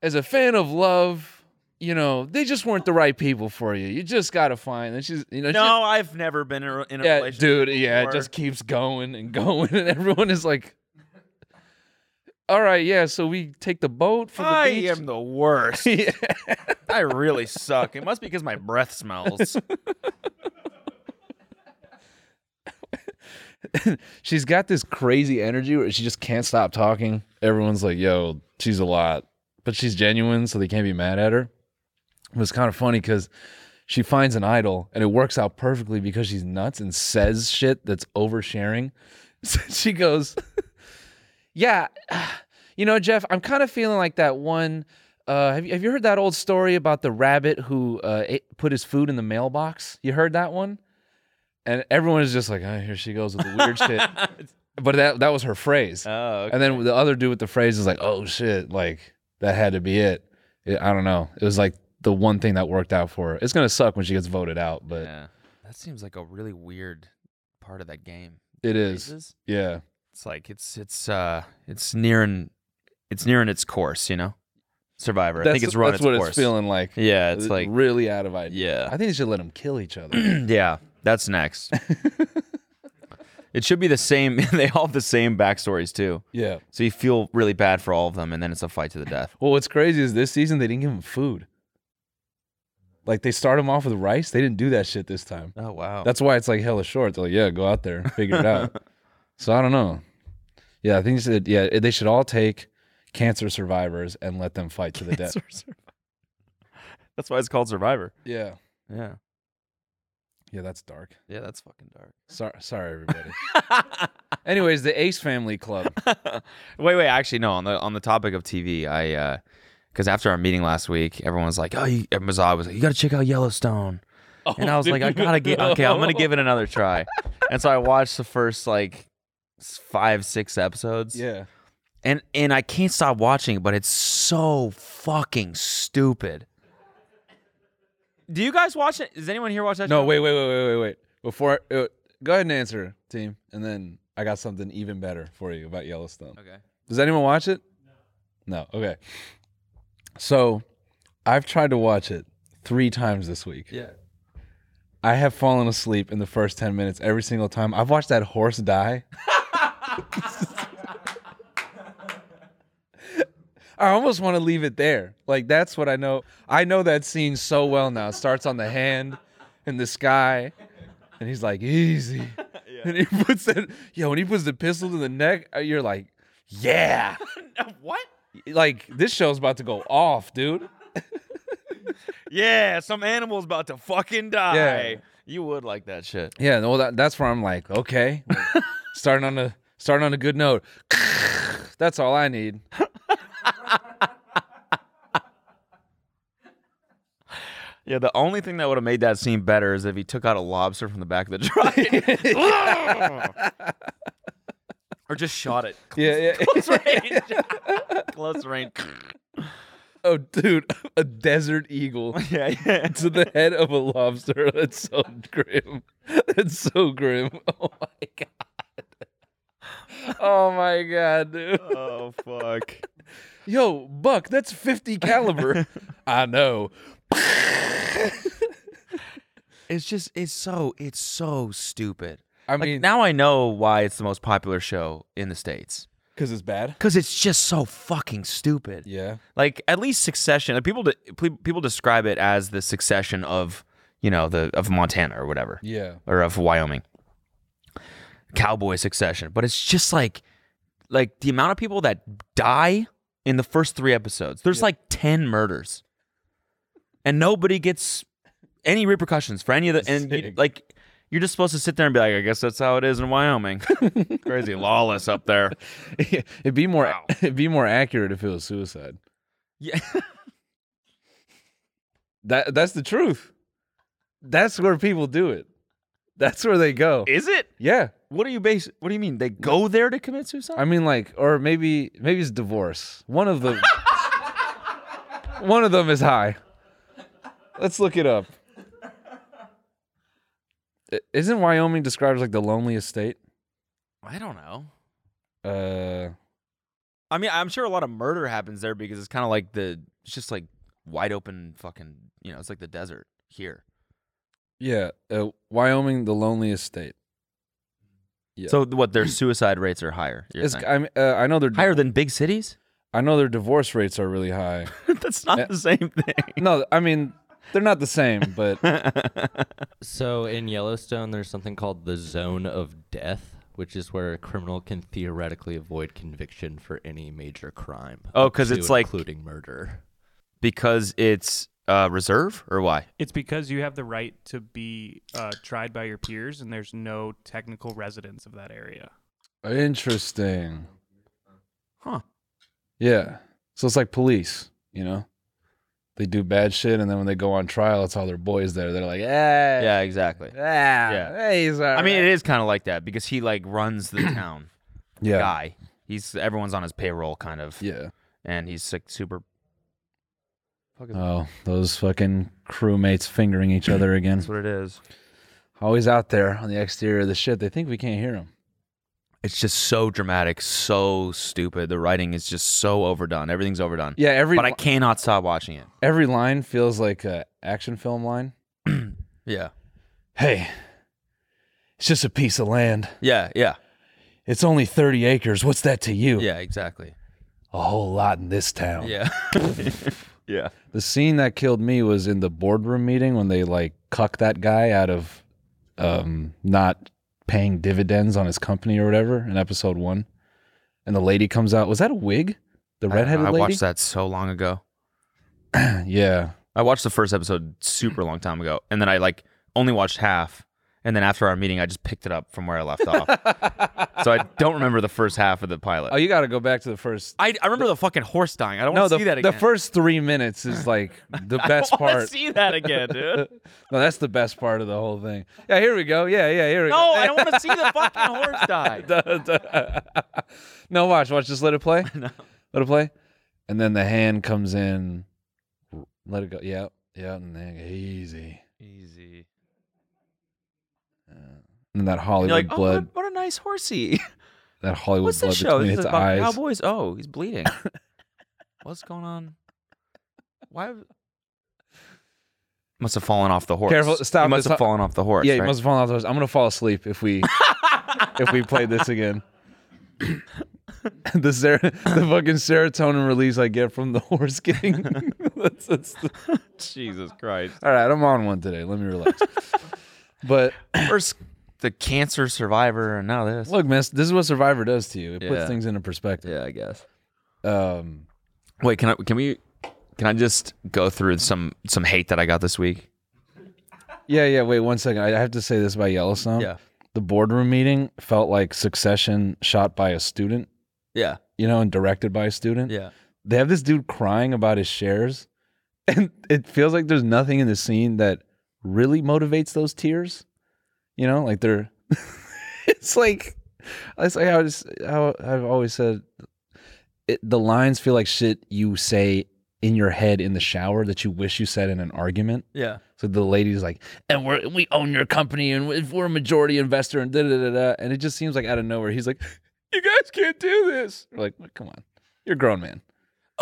Speaker 3: as a fan of love, you know, they just weren't the right people for you. You just gotta find." And she's, you know, she-
Speaker 1: No, I've never been in a, in a
Speaker 3: yeah,
Speaker 1: relationship.
Speaker 3: dude. Yeah, it
Speaker 1: before.
Speaker 3: just keeps going and going, and everyone is like, "All right, yeah." So we take the boat for the
Speaker 1: I
Speaker 3: beach.
Speaker 1: am the worst.
Speaker 3: Yeah.
Speaker 1: I really suck. It must be because my breath smells. Oh,
Speaker 3: she's got this crazy energy where she just can't stop talking. Everyone's like, "Yo, she's a lot," but she's genuine, so they can't be mad at her. It was kind of funny because she finds an idol, and it works out perfectly because she's nuts and says shit that's oversharing. So she goes, "Yeah, you know, Jeff, I'm kind of feeling like that one." Uh, have, you, have you heard that old story about the rabbit who uh, ate, put his food in the mailbox? You heard that one? And everyone is just like, oh, here she goes with the weird shit. But that that was her phrase.
Speaker 1: Oh,
Speaker 3: And then the other dude with the phrase is like, oh shit, like that had to be it. It- I don't know. It was like the one thing that worked out for her. It's gonna suck when she gets voted out, but
Speaker 1: yeah. That seems like a really weird part of that game.
Speaker 3: it is.
Speaker 1: Phases?
Speaker 3: Yeah.
Speaker 1: It's like it's it's uh it's nearing it's nearing its course, you know. Survivor. I think it's run
Speaker 3: that's
Speaker 1: its
Speaker 3: what
Speaker 1: course.
Speaker 3: it's feeling like.
Speaker 1: Yeah, it's like
Speaker 3: really out of idea.
Speaker 1: yeah.
Speaker 3: I think they should let them kill each other.
Speaker 1: yeah, that's next. it should be the same. They all have the same backstories too,
Speaker 3: yeah.
Speaker 1: so you feel really bad for all of them, and then it's a fight to the death.
Speaker 3: Well, what's crazy is this season they didn't give them food. Like they start them off with rice. They didn't do that shit this time.
Speaker 1: Oh wow,
Speaker 3: That's why it's like hella short. They're like, yeah, go out there, figure it out. so I don't know. Yeah, I think they said, yeah, they should all take cancer survivors and let them fight to the death.
Speaker 1: that's why it's called Survivor.
Speaker 3: Yeah.
Speaker 1: Yeah,
Speaker 3: Yeah, that's dark.
Speaker 1: yeah, that's fucking dark.
Speaker 3: Sorry, sorry everybody. Anyways, the Ace Family Club.
Speaker 1: wait, wait. Actually, no. On the on the topic of TV, I because after our meeting last week, everyone was like, "Oh, you, and Mazad was like, you got to check out Yellowstone," and I was like, "I gotta get okay. I'm gonna give it another try." and so I watched the first like s- five, six episodes.
Speaker 3: Yeah.
Speaker 1: and and I can't stop watching, it, but it's so fucking stupid. do you guys watch it? Does anyone here watch that?
Speaker 3: No,
Speaker 1: show?
Speaker 3: wait, wait, wait, wait, wait, wait. Before, uh, go ahead and answer, team, and then I got something even better for you about Yellowstone.
Speaker 1: Okay.
Speaker 3: Does anyone watch it? No. No. Okay. So, I've tried to watch it three times this week.
Speaker 1: Yeah.
Speaker 3: I have fallen asleep in the first ten minutes every single time. I've watched that horse die. I almost want to leave it there. Like that's what I know. I know that scene so well now. It starts on the hand in the sky, and he's like, "Easy," and he puts that. Yo, when he puts the pistol to the neck, uh, you're like, "Yeah!"
Speaker 1: What?
Speaker 3: Like this show's about to go off, dude.
Speaker 1: Yeah, some animal's about to fucking die.
Speaker 3: Yeah.
Speaker 1: You would like that shit.
Speaker 3: Yeah, well, that, that's where I'm like, okay, starting on a starting on a good note. that's all I need.
Speaker 1: Yeah, the only thing that would have made that scene better is if he took out a lobster from the back of the truck. or just shot it.
Speaker 3: Yeah, yeah.
Speaker 1: Close range. Close range.
Speaker 3: oh, dude, a desert eagle.
Speaker 1: yeah, yeah.
Speaker 3: to the head of a lobster. That's so grim. That's so grim. Oh my god. Oh my god, dude.
Speaker 1: Oh fuck.
Speaker 3: Yo, Buck, that's 50 caliber. I know.
Speaker 1: It's just it's so it's so stupid.
Speaker 3: I
Speaker 1: Like
Speaker 3: mean,
Speaker 1: now I know why it's the most popular show in the states
Speaker 3: because it's bad.
Speaker 1: because it's just so fucking stupid.
Speaker 3: Yeah.
Speaker 1: Like at least Succession, like, people de- ple- people describe it as the Succession of you know the of Montana or whatever
Speaker 3: Yeah.
Speaker 1: or of Wyoming, Cowboy Succession. But it's just like like the amount of people that die in the first three episodes. There's like ten murders, and nobody gets any repercussions for any of the. And you,
Speaker 3: Sick.
Speaker 1: like you're just supposed to sit there and be like, I guess that's how it is in Wyoming. Crazy lawless up there.
Speaker 3: it'd be more it'd be more accurate if it was suicide.
Speaker 1: Yeah.
Speaker 3: That that's the truth. That's where people do it. That's where they go.
Speaker 1: Is it?
Speaker 3: yeah.
Speaker 1: What do you base? What do you mean? They go there to commit suicide?
Speaker 3: I mean, like, or maybe maybe it's divorce. One of the one of them is high. Let's look it up. I- Isn't Wyoming described as like the loneliest state?
Speaker 1: I don't know.
Speaker 3: Uh,
Speaker 1: I mean, I'm sure a lot of murder happens there because it's kind of like the, it's just like wide open fucking, you know, it's like the desert here.
Speaker 3: yeah, uh, Wyoming, the loneliest state. Yeah.
Speaker 1: So th- what? Their suicide rates are higher. You're
Speaker 3: It's,
Speaker 1: saying?
Speaker 3: I mean, uh, I know their
Speaker 1: higher than big cities?
Speaker 3: I know their divorce rates are really high.
Speaker 1: That's not
Speaker 3: Yeah.
Speaker 1: the same thing.
Speaker 3: no, I mean they're not the same, but
Speaker 10: So in Yellowstone, there's something called the zone of death, which is where a criminal can theoretically avoid conviction for any major crime.
Speaker 1: Oh,
Speaker 10: up
Speaker 1: 'cause
Speaker 10: to
Speaker 1: it's
Speaker 10: and
Speaker 1: like-
Speaker 10: including murder.
Speaker 1: because it's uh, reserve or why?
Speaker 9: It's because you have the right to be uh, tried by your peers, and there's no technical residents of that area.
Speaker 3: interesting.
Speaker 1: Huh.
Speaker 3: Yeah. So it's like police, you know? They do bad shit, and then when they go on trial, it's all their boys there. They're like, eh,
Speaker 1: Yeah, exactly.
Speaker 3: yeah,
Speaker 1: Yeah.
Speaker 3: hey, he's all
Speaker 1: I mean,
Speaker 3: right."
Speaker 1: it is kind of like that because he like runs the town.
Speaker 3: yeah,
Speaker 1: Guy. He's everyone's on his payroll, kind of.
Speaker 3: yeah.
Speaker 1: And he's like super. Fuck is
Speaker 3: Oh, those fucking crewmates fingering each other again.
Speaker 1: That's what it is.
Speaker 3: Always out there on the exterior of the shit. They think we can't hear them.
Speaker 1: It's just so dramatic, so stupid. The writing is just so overdone. Everything's overdone.
Speaker 3: Yeah, every
Speaker 1: But I
Speaker 3: li-
Speaker 1: cannot stop watching it.
Speaker 3: every line feels like a action film line.
Speaker 1: Yeah.
Speaker 3: Hey, it's just a piece of land.
Speaker 1: Yeah, yeah.
Speaker 3: It's only thirty acres. What's that to you?
Speaker 1: Yeah, exactly.
Speaker 3: a whole lot in this town.
Speaker 1: Yeah. yeah.
Speaker 3: The scene that killed me was in the boardroom meeting when they like cuck that guy out of um, not paying dividends on his company or whatever in episode one. And the lady comes out. Was that a wig? The
Speaker 1: I don't know.
Speaker 3: redheaded
Speaker 1: I,
Speaker 3: lady.
Speaker 1: watched that so long ago.
Speaker 3: Yeah.
Speaker 1: I watched the first episode super long time ago, and then I like only watched half. And then after our meeting, I just picked it up from where I left off. so I don't remember the first half of the pilot.
Speaker 3: Oh, you got to go back to the first.
Speaker 1: I, I remember the fucking horse dying. I don't
Speaker 3: no,
Speaker 1: want to
Speaker 3: the,
Speaker 1: see that
Speaker 3: the
Speaker 1: again.
Speaker 3: first three minutes is like the best
Speaker 1: I don't wanna
Speaker 3: part.
Speaker 1: see that again, dude.
Speaker 3: No, that's the best part of the whole thing. Yeah, here we go. Yeah, yeah, here we
Speaker 1: No,
Speaker 3: go.
Speaker 1: I don't want to see the fucking horse die.
Speaker 3: no, watch, watch. Just let it play. Let it play. And then the hand comes in. Let it go. Yeah. Yeah, and then easy.
Speaker 1: Easy.
Speaker 3: And that
Speaker 1: You're
Speaker 3: Hollywood
Speaker 1: like, oh, what,
Speaker 3: blood,
Speaker 1: a, what a nice horsey.
Speaker 3: that Hollywood
Speaker 1: What's
Speaker 3: blood
Speaker 1: this show?
Speaker 3: between
Speaker 1: This
Speaker 3: his
Speaker 1: is about
Speaker 3: eyes.
Speaker 1: cowboys. Oh, he's bleeding. What's going on? Why? Must have fallen off the horse.
Speaker 3: Careful, stop.
Speaker 1: He must
Speaker 3: it's
Speaker 1: have
Speaker 3: not-
Speaker 1: fallen off the horse.
Speaker 3: Yeah, he
Speaker 1: right?
Speaker 3: must have fallen off the horse. I'm gonna fall asleep if we if we play this again. the ser- the fucking serotonin release I get from the horse getting. that's, that's the-
Speaker 1: Jesus Christ.
Speaker 3: All right, I'm on one today. Let me relax. but
Speaker 1: First, the cancer survivor, and now this.
Speaker 3: look, man, this is what Survivor does to you. It
Speaker 1: Yeah.
Speaker 3: puts things into perspective.
Speaker 1: Yeah, I guess.
Speaker 3: Um,
Speaker 1: Wait, can I? Can we? Can I just go through some some hate that I got this week?
Speaker 3: yeah, yeah. Wait one second. I I have to say this about Yellowstone.
Speaker 1: Yeah.
Speaker 3: The boardroom meeting felt like Succession shot by a student,
Speaker 1: Yeah.
Speaker 3: you know, and directed by a student.
Speaker 1: Yeah.
Speaker 3: they have this dude crying about his shares and it feels like there's nothing in the scene that really motivates those tears you know like they're it's like it's like how, it's, how i've always said it, the lines feel like shit you say in your head in the shower that you wish you said in an argument
Speaker 1: Yeah.
Speaker 3: so the lady's like and we're we own your company and we- we're a majority investor and da da da da and it just seems like out of nowhere he's like you guys can't do this we're like come on you're a grown man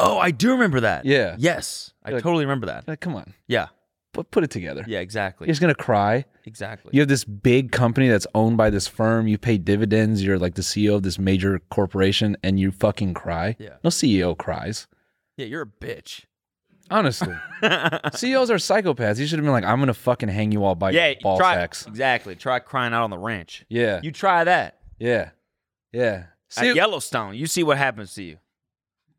Speaker 1: Oh, I do remember that.
Speaker 3: Yeah.
Speaker 1: Yes, I
Speaker 3: Like-
Speaker 1: totally remember that.
Speaker 3: Like, come on,
Speaker 1: Yeah.
Speaker 3: put, put it together.
Speaker 1: Yeah. Exactly.
Speaker 3: You're just gonna cry.
Speaker 1: Exactly.
Speaker 3: You have this big company that's owned by this firm. You pay dividends. You're like the CEO of this major corporation, and you fucking cry.
Speaker 1: Yeah.
Speaker 3: No CEO cries.
Speaker 1: Yeah, you're a bitch.
Speaker 3: Honestly, CEOs E are psychopaths. You should have been like, I'm gonna fucking hang you all by
Speaker 1: yeah,
Speaker 3: your ball
Speaker 1: try
Speaker 3: sacks.
Speaker 1: exactly. Try crying out on the ranch.
Speaker 3: Yeah,
Speaker 1: You try that
Speaker 3: yeah, yeah. See,
Speaker 1: at Yellowstone. You see what happens to you.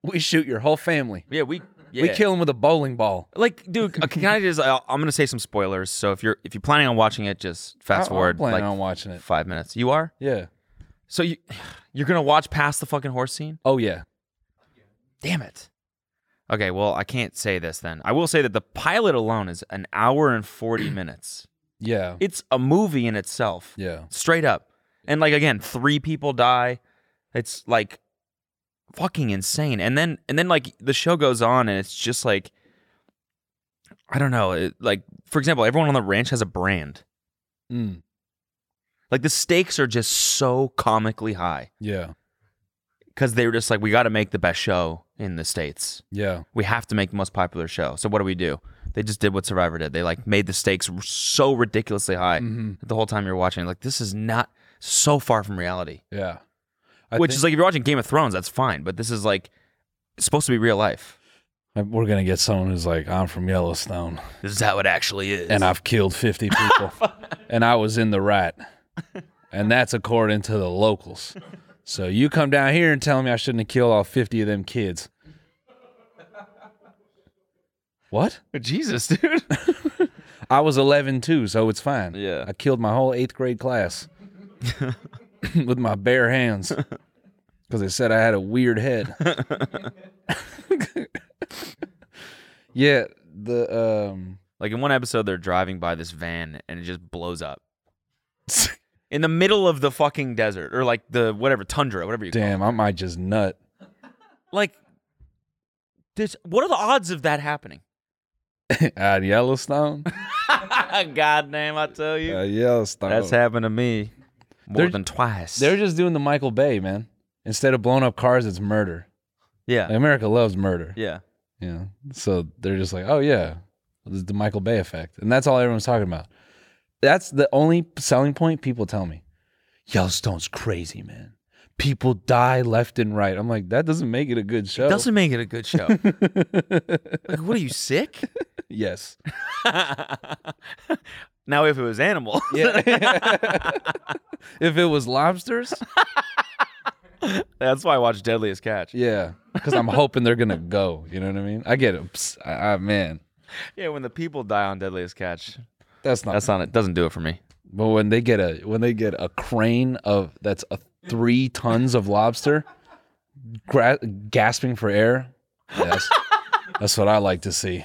Speaker 3: we shoot your whole family.
Speaker 1: Yeah, we yeah.
Speaker 3: We kill them with a bowling ball.
Speaker 1: Like, dude, uh, can I just? I- I'm gonna say some spoilers. So if you're if you're planning on watching it, just fast
Speaker 3: I- I'm
Speaker 1: forward
Speaker 3: planning
Speaker 1: like
Speaker 3: on watching it.
Speaker 1: five minutes. You are.
Speaker 3: Yeah.
Speaker 1: So you you're gonna watch past the fucking horse scene.
Speaker 3: Oh yeah.
Speaker 1: Damn it. Okay, well I can't say this then. I will say that the pilot alone is an hour and forty minutes.
Speaker 3: Yeah.
Speaker 1: It's a movie in itself.
Speaker 3: Yeah.
Speaker 1: straight up. And like again, three people die. It's like fucking insane. And then and then like the show goes on and it's just like I don't know, it, like for example, everyone on the ranch has a brand.
Speaker 3: Mm.
Speaker 1: Like the stakes are just so comically high
Speaker 3: Yeah.
Speaker 1: cuz they were just like we got to make the best show in the states.
Speaker 3: Yeah.
Speaker 1: We have to make the most popular show. So what do we do? They just did what Survivor did. They like made the stakes r- so ridiculously high
Speaker 3: hmm
Speaker 1: that the whole time you're watching like this is not so far from reality.
Speaker 3: Yeah. I
Speaker 1: Which
Speaker 3: think-
Speaker 1: is like if you're watching Game of Thrones, that's fine, but this is like it's supposed to be real life.
Speaker 3: Uh, We're gonna get someone who's like, I'm from Yellowstone,
Speaker 1: This is how it actually is.
Speaker 3: and I've killed 50 people, and I was in the right, and that's according to the locals. So you come down here and tell me I shouldn't have killed all 50 of them kids. What?
Speaker 1: Jesus, dude.
Speaker 3: I was 11 too, so it's fine.
Speaker 1: Yeah.
Speaker 3: I killed my whole eighth grade class with my bare hands because they said I had a weird head. yeah. The um.
Speaker 1: like in one episode, they're driving by this van and it just blows up in the middle of the fucking desert or like the whatever tundra, whatever you call
Speaker 3: Damn, I might just nut.
Speaker 1: it. Like, this, what are the odds of that happening?
Speaker 3: At Yellowstone?
Speaker 1: God damn, I tell you,
Speaker 3: At Yellowstone.
Speaker 1: that's happened to me more
Speaker 3: They're-
Speaker 1: than twice.
Speaker 3: They're just doing the Michael Bay, man. Instead of blowing up cars, it's murder.
Speaker 1: yeah,
Speaker 3: Like, America loves murder.
Speaker 1: yeah,
Speaker 3: You know? So they're just like, oh, yeah, this is the Michael Bay effect. And that's all everyone's talking about. That's the only selling point people tell me. Yellowstone's crazy, man. People die left and right. I'm like, that doesn't make it a good show.
Speaker 1: doesn't make it a good show. like, what are you sick?
Speaker 3: yes.
Speaker 1: now, if it was animal,
Speaker 3: Yeah. if it was lobsters,
Speaker 1: that's why I watch Deadliest Catch.
Speaker 3: Yeah, because I'm hoping they're gonna go. You know what I mean? I get it. Psst, I, I, man,
Speaker 1: Yeah, when the people die on Deadliest Catch,
Speaker 3: that's not.
Speaker 1: that's not it. Doesn't do it for me.
Speaker 3: but when they get a when they get a crane of that's a three tons of lobster, gra- gasping for air. Yes, that's what I like to see.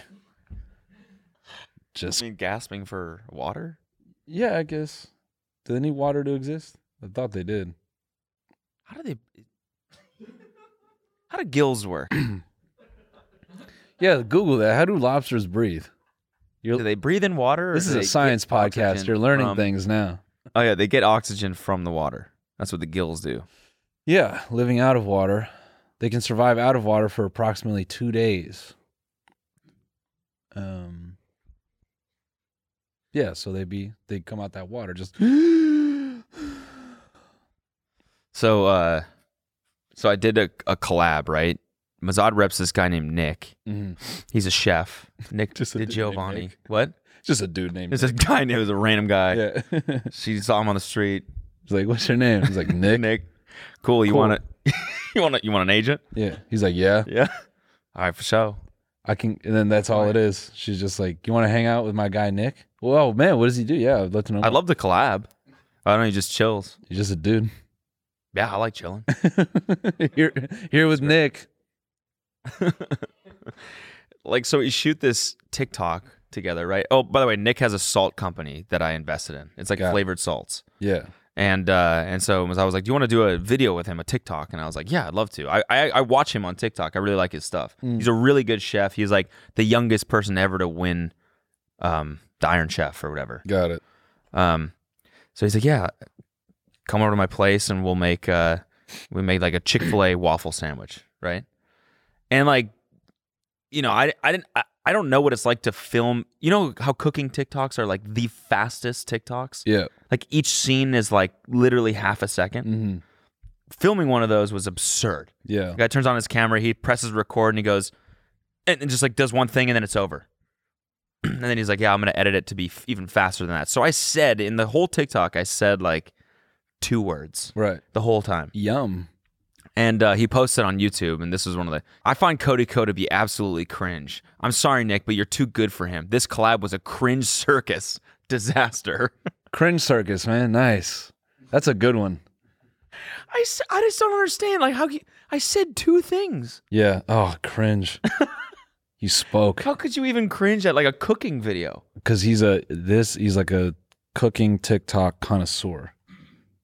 Speaker 1: I
Speaker 3: Just
Speaker 1: mean, gasping for water.
Speaker 3: yeah, I guess. Do they need water to exist? I thought they did.
Speaker 1: How do they? How do gills work?
Speaker 3: Yeah, Google that. How do lobsters breathe?
Speaker 1: Do they breathe in water?
Speaker 3: This
Speaker 1: do
Speaker 3: is
Speaker 1: they
Speaker 3: a
Speaker 1: get
Speaker 3: science podcast.
Speaker 1: oxygen
Speaker 3: You're learning
Speaker 1: from-
Speaker 3: things now.
Speaker 1: Oh yeah, they get oxygen from the water. That's what the gills do.
Speaker 3: Yeah, living out of water. They can survive out of water for approximately two days. Um. Yeah, so they'd be they'd come out that water just Mm-hmm.
Speaker 1: So uh so I did a, a collab, right? Mazad reps this guy named Nick.
Speaker 3: Mhm.
Speaker 1: He's a chef. Nick
Speaker 3: Just a
Speaker 1: Di
Speaker 3: dude named
Speaker 1: Giovanni.
Speaker 3: Nick.
Speaker 1: What?
Speaker 3: just a dude named.
Speaker 1: There's a guy named it was a random guy.
Speaker 3: Yeah.
Speaker 1: she saw him on the street.
Speaker 3: He's like, "What's your name?" He's like, "Nick."
Speaker 1: Nick. Cool, you
Speaker 3: Cool.
Speaker 1: want it you want it you want an agent?
Speaker 3: Yeah. He's like, "Yeah."
Speaker 1: Yeah. All right, for sure.
Speaker 3: I can, and then that's all it is. She's just like, "You want to hang out with my guy Nick?" Well, man, what does he do? Yeah, I'd love to know.
Speaker 1: I love the collab. I don't know, he just chills.
Speaker 3: He's just a dude
Speaker 1: Yeah, I like chilling.
Speaker 3: here, here with Nick.
Speaker 1: like so we shoot this TikTok together, right? Oh, by the way, Nick has a salt company that I invested in. It's like
Speaker 3: Got it.
Speaker 1: flavored salts.
Speaker 3: Yeah,
Speaker 1: And uh, and so I was like, "Do you want to do a video with him, a TikTok?" And I was like, "Yeah, I'd love to." I I, I watch him on TikTok. I really like his stuff.
Speaker 3: Mm.
Speaker 1: He's a really good chef. He's like the youngest person ever to win um, the Iron Chef or whatever.
Speaker 3: got it.
Speaker 1: Um, so he's like, "Yeah, come over to my place and we'll make uh, we made like a Chick Fil A waffle sandwich, right?" And like, you know, I I didn't I, I don't know what it's like to film. You know how cooking TikToks are like the fastest TikToks.
Speaker 3: Yeah.
Speaker 1: Like each scene is like literally half a 2nd
Speaker 3: hmm
Speaker 1: Filming one of those was absurd.
Speaker 3: Yeah.
Speaker 1: The guy turns on his camera, he presses record, and he goes, and, and just like does one thing, and then it's over. and then he's like, "Yeah, I'm gonna edit it to be f- even faster than that." So I said in the whole TikTok, I said like two words
Speaker 3: Right.
Speaker 1: the whole time,
Speaker 3: Yum.
Speaker 1: and uh, he posted on YouTube. And this is one of the I find Cody Co to be absolutely cringe. I'm sorry, Nick, but you're too good for him. This collab was a cringe circus disaster.
Speaker 3: Cringe circus, man. Nice. That's a good one.
Speaker 1: I, s- I just don't understand. Like how c- I said two things.
Speaker 3: Yeah. Oh, cringe. you spoke
Speaker 1: How could you even cringe at like a cooking video?
Speaker 3: because he's a this. He's like a cooking TikTok connoisseur.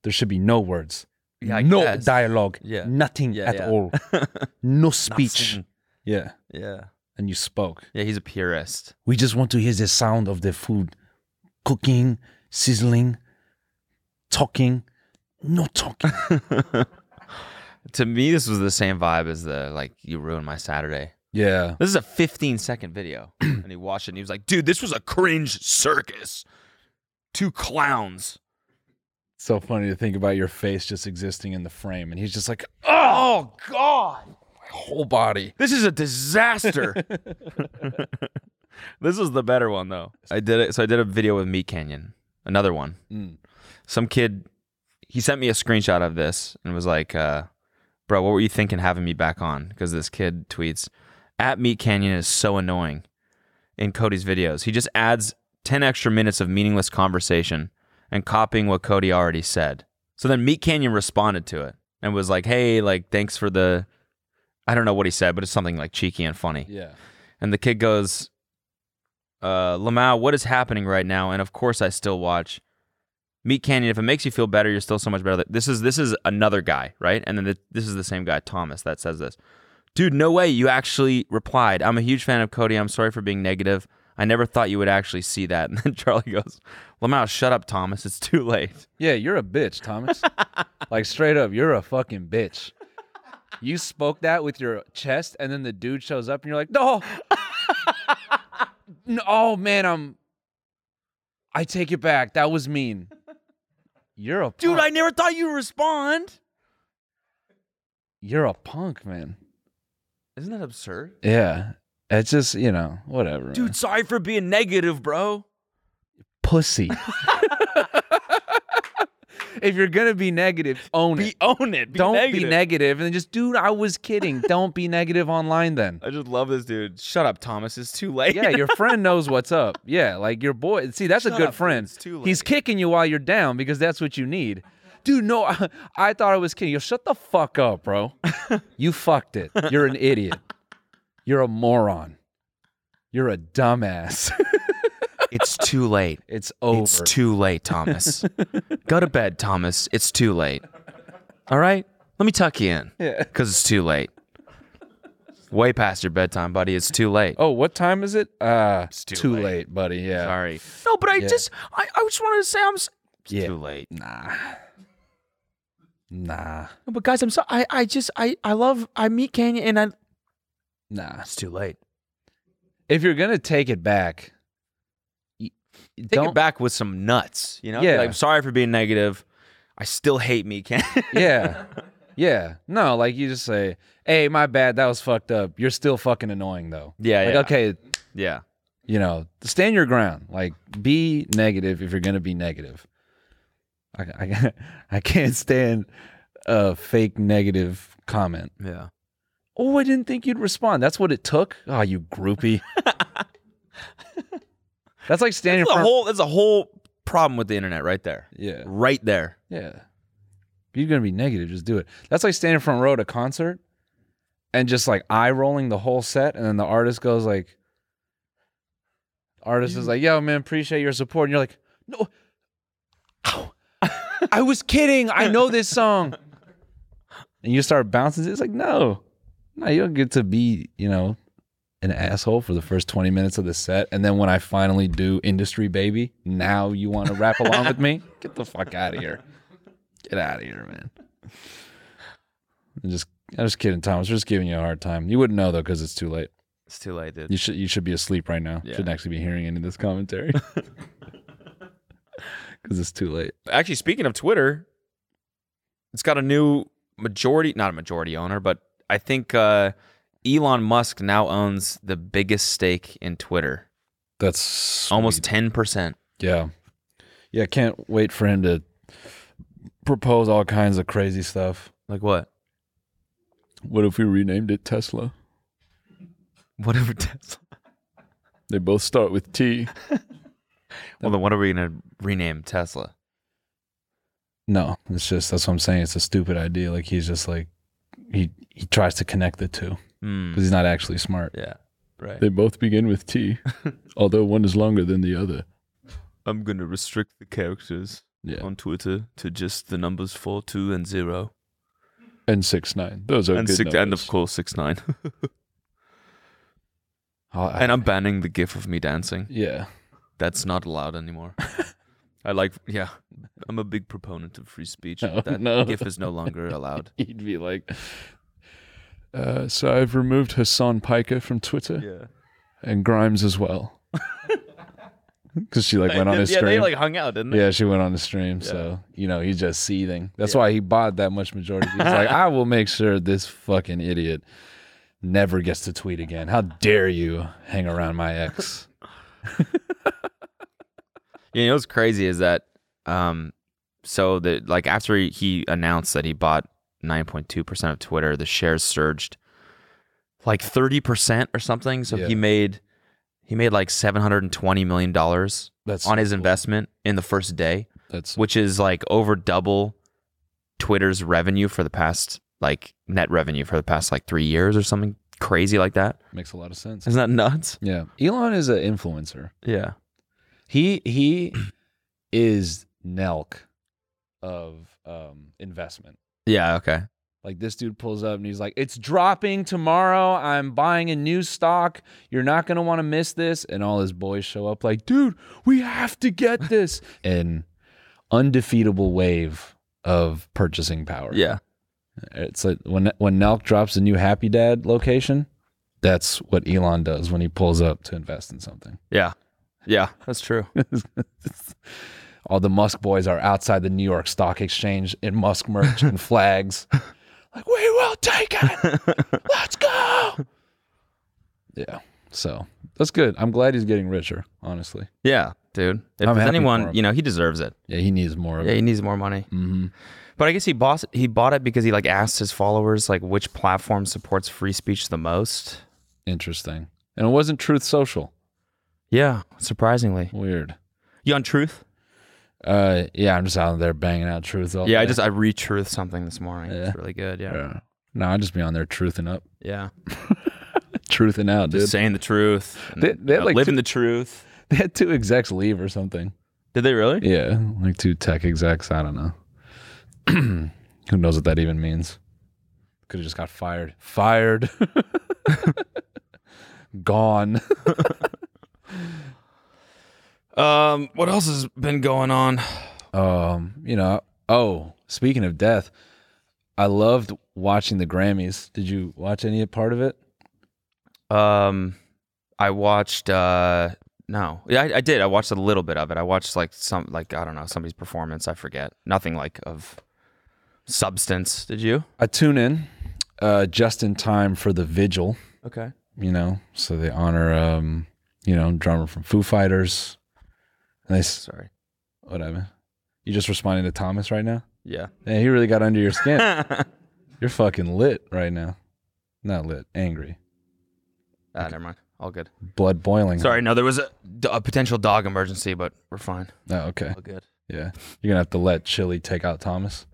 Speaker 3: There should be no words.
Speaker 1: Yeah, I
Speaker 3: no
Speaker 1: guess.
Speaker 3: dialogue.
Speaker 1: Yeah.
Speaker 3: Nothing
Speaker 1: Yeah,
Speaker 3: at
Speaker 1: yeah.
Speaker 3: all. No speech.
Speaker 1: Nothing.
Speaker 3: Yeah.
Speaker 1: Yeah.
Speaker 3: And you spoke.
Speaker 1: Yeah, he's a purist.
Speaker 3: We just want to hear the sound of the food cooking, sizzling, talking, no talking.
Speaker 1: To me, this was the same vibe as the like you ruined my Saturday.
Speaker 3: yeah.
Speaker 1: This is a 15 second video, and he watched it and he was like, "Dude, this was a cringe circus. Two clowns."
Speaker 3: So funny to think about your face just existing in the frame. And he's just like,
Speaker 1: Oh God,
Speaker 3: whole body.
Speaker 1: this is a disaster. this was the better one though. I did it. So I did a video with Meat Canyon, another one.
Speaker 3: Mm.
Speaker 1: some kid he sent me a screenshot of this and was like uh, bro what were you thinking having me back on because this kid tweets at meat canyon is so annoying in cody's videos he just adds 10 extra minutes of meaningless conversation and copying what cody already said so then meat canyon responded to it and was like hey like thanks for the i don't know what he said but it's something like cheeky and funny
Speaker 3: Yeah.
Speaker 1: and the kid goes, uh, Lamau, what is happening right now? And of course, I still watch. Meat Canyon, if it makes you feel better, you're still so much better. This is this is another guy, right? And then th- this is the same guy, Thomas, that says this. Dude, no way you actually replied. I'm a huge fan of Cody. I'm sorry for being negative. I never thought you would actually see that. And then Charlie goes, Lamau, shut up, Thomas. It's too late.
Speaker 3: Yeah, you're a bitch, Thomas. like straight up, you're a fucking bitch. You spoke that with your chest, and then the dude shows up, and you're like, no, no, oh man, I'm. I take it back. That was mean. You're a
Speaker 1: Dude,
Speaker 3: punk.
Speaker 1: I never thought you'd respond.
Speaker 3: You're a punk, man.
Speaker 1: Isn't that absurd?
Speaker 3: Yeah, it's just you know whatever. man.
Speaker 1: Dude, sorry for being negative, bro.
Speaker 3: pussy. if you're gonna be negative, own
Speaker 1: Be
Speaker 3: it.
Speaker 1: own it. Be
Speaker 3: Don't
Speaker 1: negative.
Speaker 3: be negative, and then just, dude, I was kidding. Don't be negative online then.
Speaker 1: I just love this dude. Shut up, Thomas. It's too late.
Speaker 3: Yeah, your friend knows what's up. Yeah, like your boy. See, that's a
Speaker 1: Shut
Speaker 3: good
Speaker 1: up,
Speaker 3: friend.
Speaker 1: it's too
Speaker 3: He's
Speaker 1: late.
Speaker 3: kicking you while you're down because that's what you need. Dude, no, I, I thought I was kidding. You shut the fuck up, bro. you fucked it. You're an idiot. You're a moron. You're a dumbass.
Speaker 1: it's too late.
Speaker 3: it's over.
Speaker 1: It's too late, Thomas. Go to bed, Thomas. It's too late. All right? Let me tuck you in.
Speaker 3: Yeah.
Speaker 1: Because it's too late. Way past your bedtime, buddy. It's too late.
Speaker 3: Oh, what time is it? Uh, it's too, late. buddy. Yeah.
Speaker 1: Sorry. No, but I
Speaker 3: Yeah.
Speaker 1: just, I, I just wanted to say I'm. s- It's
Speaker 3: Yeah.
Speaker 1: too late.
Speaker 3: Nah. Nah.
Speaker 1: No, but guys, I'm so I, I just I I love I meet Kenya and I.
Speaker 3: Nah.
Speaker 1: It's too late.
Speaker 3: If you're gonna take it back, y-
Speaker 1: Take
Speaker 3: don't
Speaker 1: it back with some nuts. You know.
Speaker 3: Yeah.
Speaker 1: Like, I'm sorry for being negative. I still hate me, Ken.
Speaker 3: yeah. Yeah. No, like you just say, hey, my bad. That was fucked up. You're still fucking annoying, though.
Speaker 1: Yeah,
Speaker 3: Like,
Speaker 1: yeah.
Speaker 3: okay,
Speaker 1: yeah.
Speaker 3: you know, stand your ground. Like, be negative if you're going to be negative. I, I, I can't stand a fake negative comment.
Speaker 1: Yeah.
Speaker 3: Oh, I didn't think you'd respond. That's what it took. Oh, you groupie. That's like standing in
Speaker 1: That's a
Speaker 3: front.
Speaker 1: whole. That's a whole problem with the internet, right there.
Speaker 3: yeah.
Speaker 1: Right there.
Speaker 3: Yeah. If you're gonna be negative, just do it. That's like standing front row at a concert and just like eye rolling the whole set, and then the artist goes like artist is like, yo man, appreciate your support. And you're like, no ow, I was kidding. I know this song. And you start bouncing. It's like, no. No, you don't get to be, you know, an asshole for the first 20 minutes of the set. And then when I finally do industry baby, now you want to rap along with me? Get the fuck out of here. Get out of here, man. I'm just I'm just kidding, Thomas. We're just giving you a hard time. You wouldn't know though, because it's too late.
Speaker 1: It's too late, dude.
Speaker 3: You should you should be asleep right now.
Speaker 1: Yeah.
Speaker 3: Shouldn't actually be hearing any of this commentary. Because it's too late.
Speaker 1: Actually, speaking of Twitter, it's got a new majority, not a majority owner, but I think uh, Elon Musk now owns the biggest stake in Twitter,
Speaker 3: That's
Speaker 1: almost ten percent.
Speaker 3: Yeah. Yeah, can't wait for him to propose all kinds of crazy stuff.
Speaker 1: Like what?
Speaker 3: What if we renamed it Tesla?
Speaker 1: Whatever Tesla.
Speaker 3: They both start with T.
Speaker 1: Well, then what are we gonna rename Tesla?
Speaker 3: No, it's just that's what I'm saying. It's a stupid idea. Like he's just like he he tries to connect the two
Speaker 1: Hmm.
Speaker 3: because he's not actually smart.
Speaker 1: Yeah. Right.
Speaker 3: both begin with T, although one is longer than the other.
Speaker 1: I'm gonna restrict the characters
Speaker 3: Yeah.
Speaker 1: on Twitter to just the numbers four, two, and zero,
Speaker 3: And six nine. Those are
Speaker 1: course six nine.
Speaker 3: Oh, I-
Speaker 1: and I'm banning the GIF of me dancing.
Speaker 3: yeah.
Speaker 1: that's not allowed anymore. I like, yeah, I'm a big proponent of free speech.
Speaker 3: No,
Speaker 1: that
Speaker 3: Oh, no.
Speaker 1: GIF is no longer allowed.
Speaker 3: He'd be like, uh, so I've removed Hassan Piker from Twitter
Speaker 1: Yeah,
Speaker 3: and Grimes as well. Because she like went on his
Speaker 1: yeah,
Speaker 3: stream.
Speaker 1: they like hung out, didn't they?
Speaker 3: Yeah, she went on the stream. So, you know, he's just seething. That's why he bought that much majority. He's like, I will make sure this fucking idiot never gets to tweet again. How dare you hang around my ex?
Speaker 1: You know what's crazy is that, um, so the like after he- he announced that he bought 9.2 percent of Twitter, the shares surged like 30 percent or something. So
Speaker 3: Yeah.
Speaker 1: he made he made like 720 million dollars
Speaker 3: That's
Speaker 1: on his
Speaker 3: cool.
Speaker 1: investment in the first day.
Speaker 3: That's
Speaker 1: which is like over double Twitter's revenue for the past like net revenue for the past like three years or something crazy like that.
Speaker 3: makes a lot of sense.
Speaker 1: Isn't that nuts?
Speaker 3: Yeah. Elon is an influencer.
Speaker 1: Yeah.
Speaker 3: He he is Nelk of um investment.
Speaker 1: Yeah. Okay.
Speaker 3: Like this dude pulls up and he's like, "It's dropping tomorrow. I'm buying a new stock. You're not gonna want to miss this." And all his boys show up like, "Dude, we have to get this." An undefeatable wave of purchasing power.
Speaker 1: Yeah.
Speaker 3: it's like when when Nelk drops a new Happy Dad location, that's what Elon does when he pulls up to invest in something.
Speaker 1: Yeah. Yeah. That's true.
Speaker 3: all the Musk boys are outside the New York Stock Exchange in Musk merch and flags. Like, we will take it. Let's go. Yeah. So that's good. I'm glad he's getting richer, honestly.
Speaker 1: yeah, dude. If
Speaker 3: I'm
Speaker 1: there's
Speaker 3: happy for
Speaker 1: anyone,
Speaker 3: him.
Speaker 1: you know, he deserves it.
Speaker 3: Yeah, he needs more of
Speaker 1: Yeah,
Speaker 3: it.
Speaker 1: he needs more money.
Speaker 3: Mm-hmm.
Speaker 1: But I guess he bought he bought it because he like asked his followers like which platform supports free speech the most.
Speaker 3: Interesting. And it wasn't Truth Social.
Speaker 1: Yeah, surprisingly.
Speaker 3: Weird.
Speaker 1: You on Truth?
Speaker 3: Uh, yeah, I'm just out there banging out truth all
Speaker 1: Yeah, I
Speaker 3: day.
Speaker 1: just I re-truth something this morning.
Speaker 3: Oh, Yeah.
Speaker 1: It's really good. Yeah.
Speaker 3: Yeah. No, I just be on there truthing up,
Speaker 1: Yeah.
Speaker 3: truthing out, dude.
Speaker 1: Just saying the truth. Uh,
Speaker 3: They- they had, like,
Speaker 1: living
Speaker 3: two-
Speaker 1: the truth.
Speaker 3: They had two execs leave or something.
Speaker 1: Did they really?
Speaker 3: Yeah, like two tech execs. I don't know. Who knows what that even means? Could have just got fired. Fired. Gone.
Speaker 1: Um, what else has been going on?
Speaker 3: um, you know. Oh, speaking of death, I loved watching the Grammys. Did you watch any part of it?
Speaker 1: Um, I watched. uh No, yeah, I, I did. I watched a little bit of it. I watched like some, like I don't know, somebody's performance. I forget. Nothing like of substance. Did you?
Speaker 3: I tune in uh, just in time for the vigil.
Speaker 1: Okay.
Speaker 3: You know, so they honor, um, you know, drummer from Foo Fighters. And they sorry, whatever. You just responding to Thomas right now?
Speaker 1: Yeah. Ah,
Speaker 3: Yeah, he really got under your skin. You're fucking lit right now. Not lit, angry,
Speaker 1: Ah, never mind. All good.
Speaker 3: blood boiling.
Speaker 1: Sorry. No, there was a, a potential dog emergency, but we're fine.
Speaker 3: Oh, okay.
Speaker 1: All good.
Speaker 3: Yeah, you're gonna have to let Chili take out Thomas.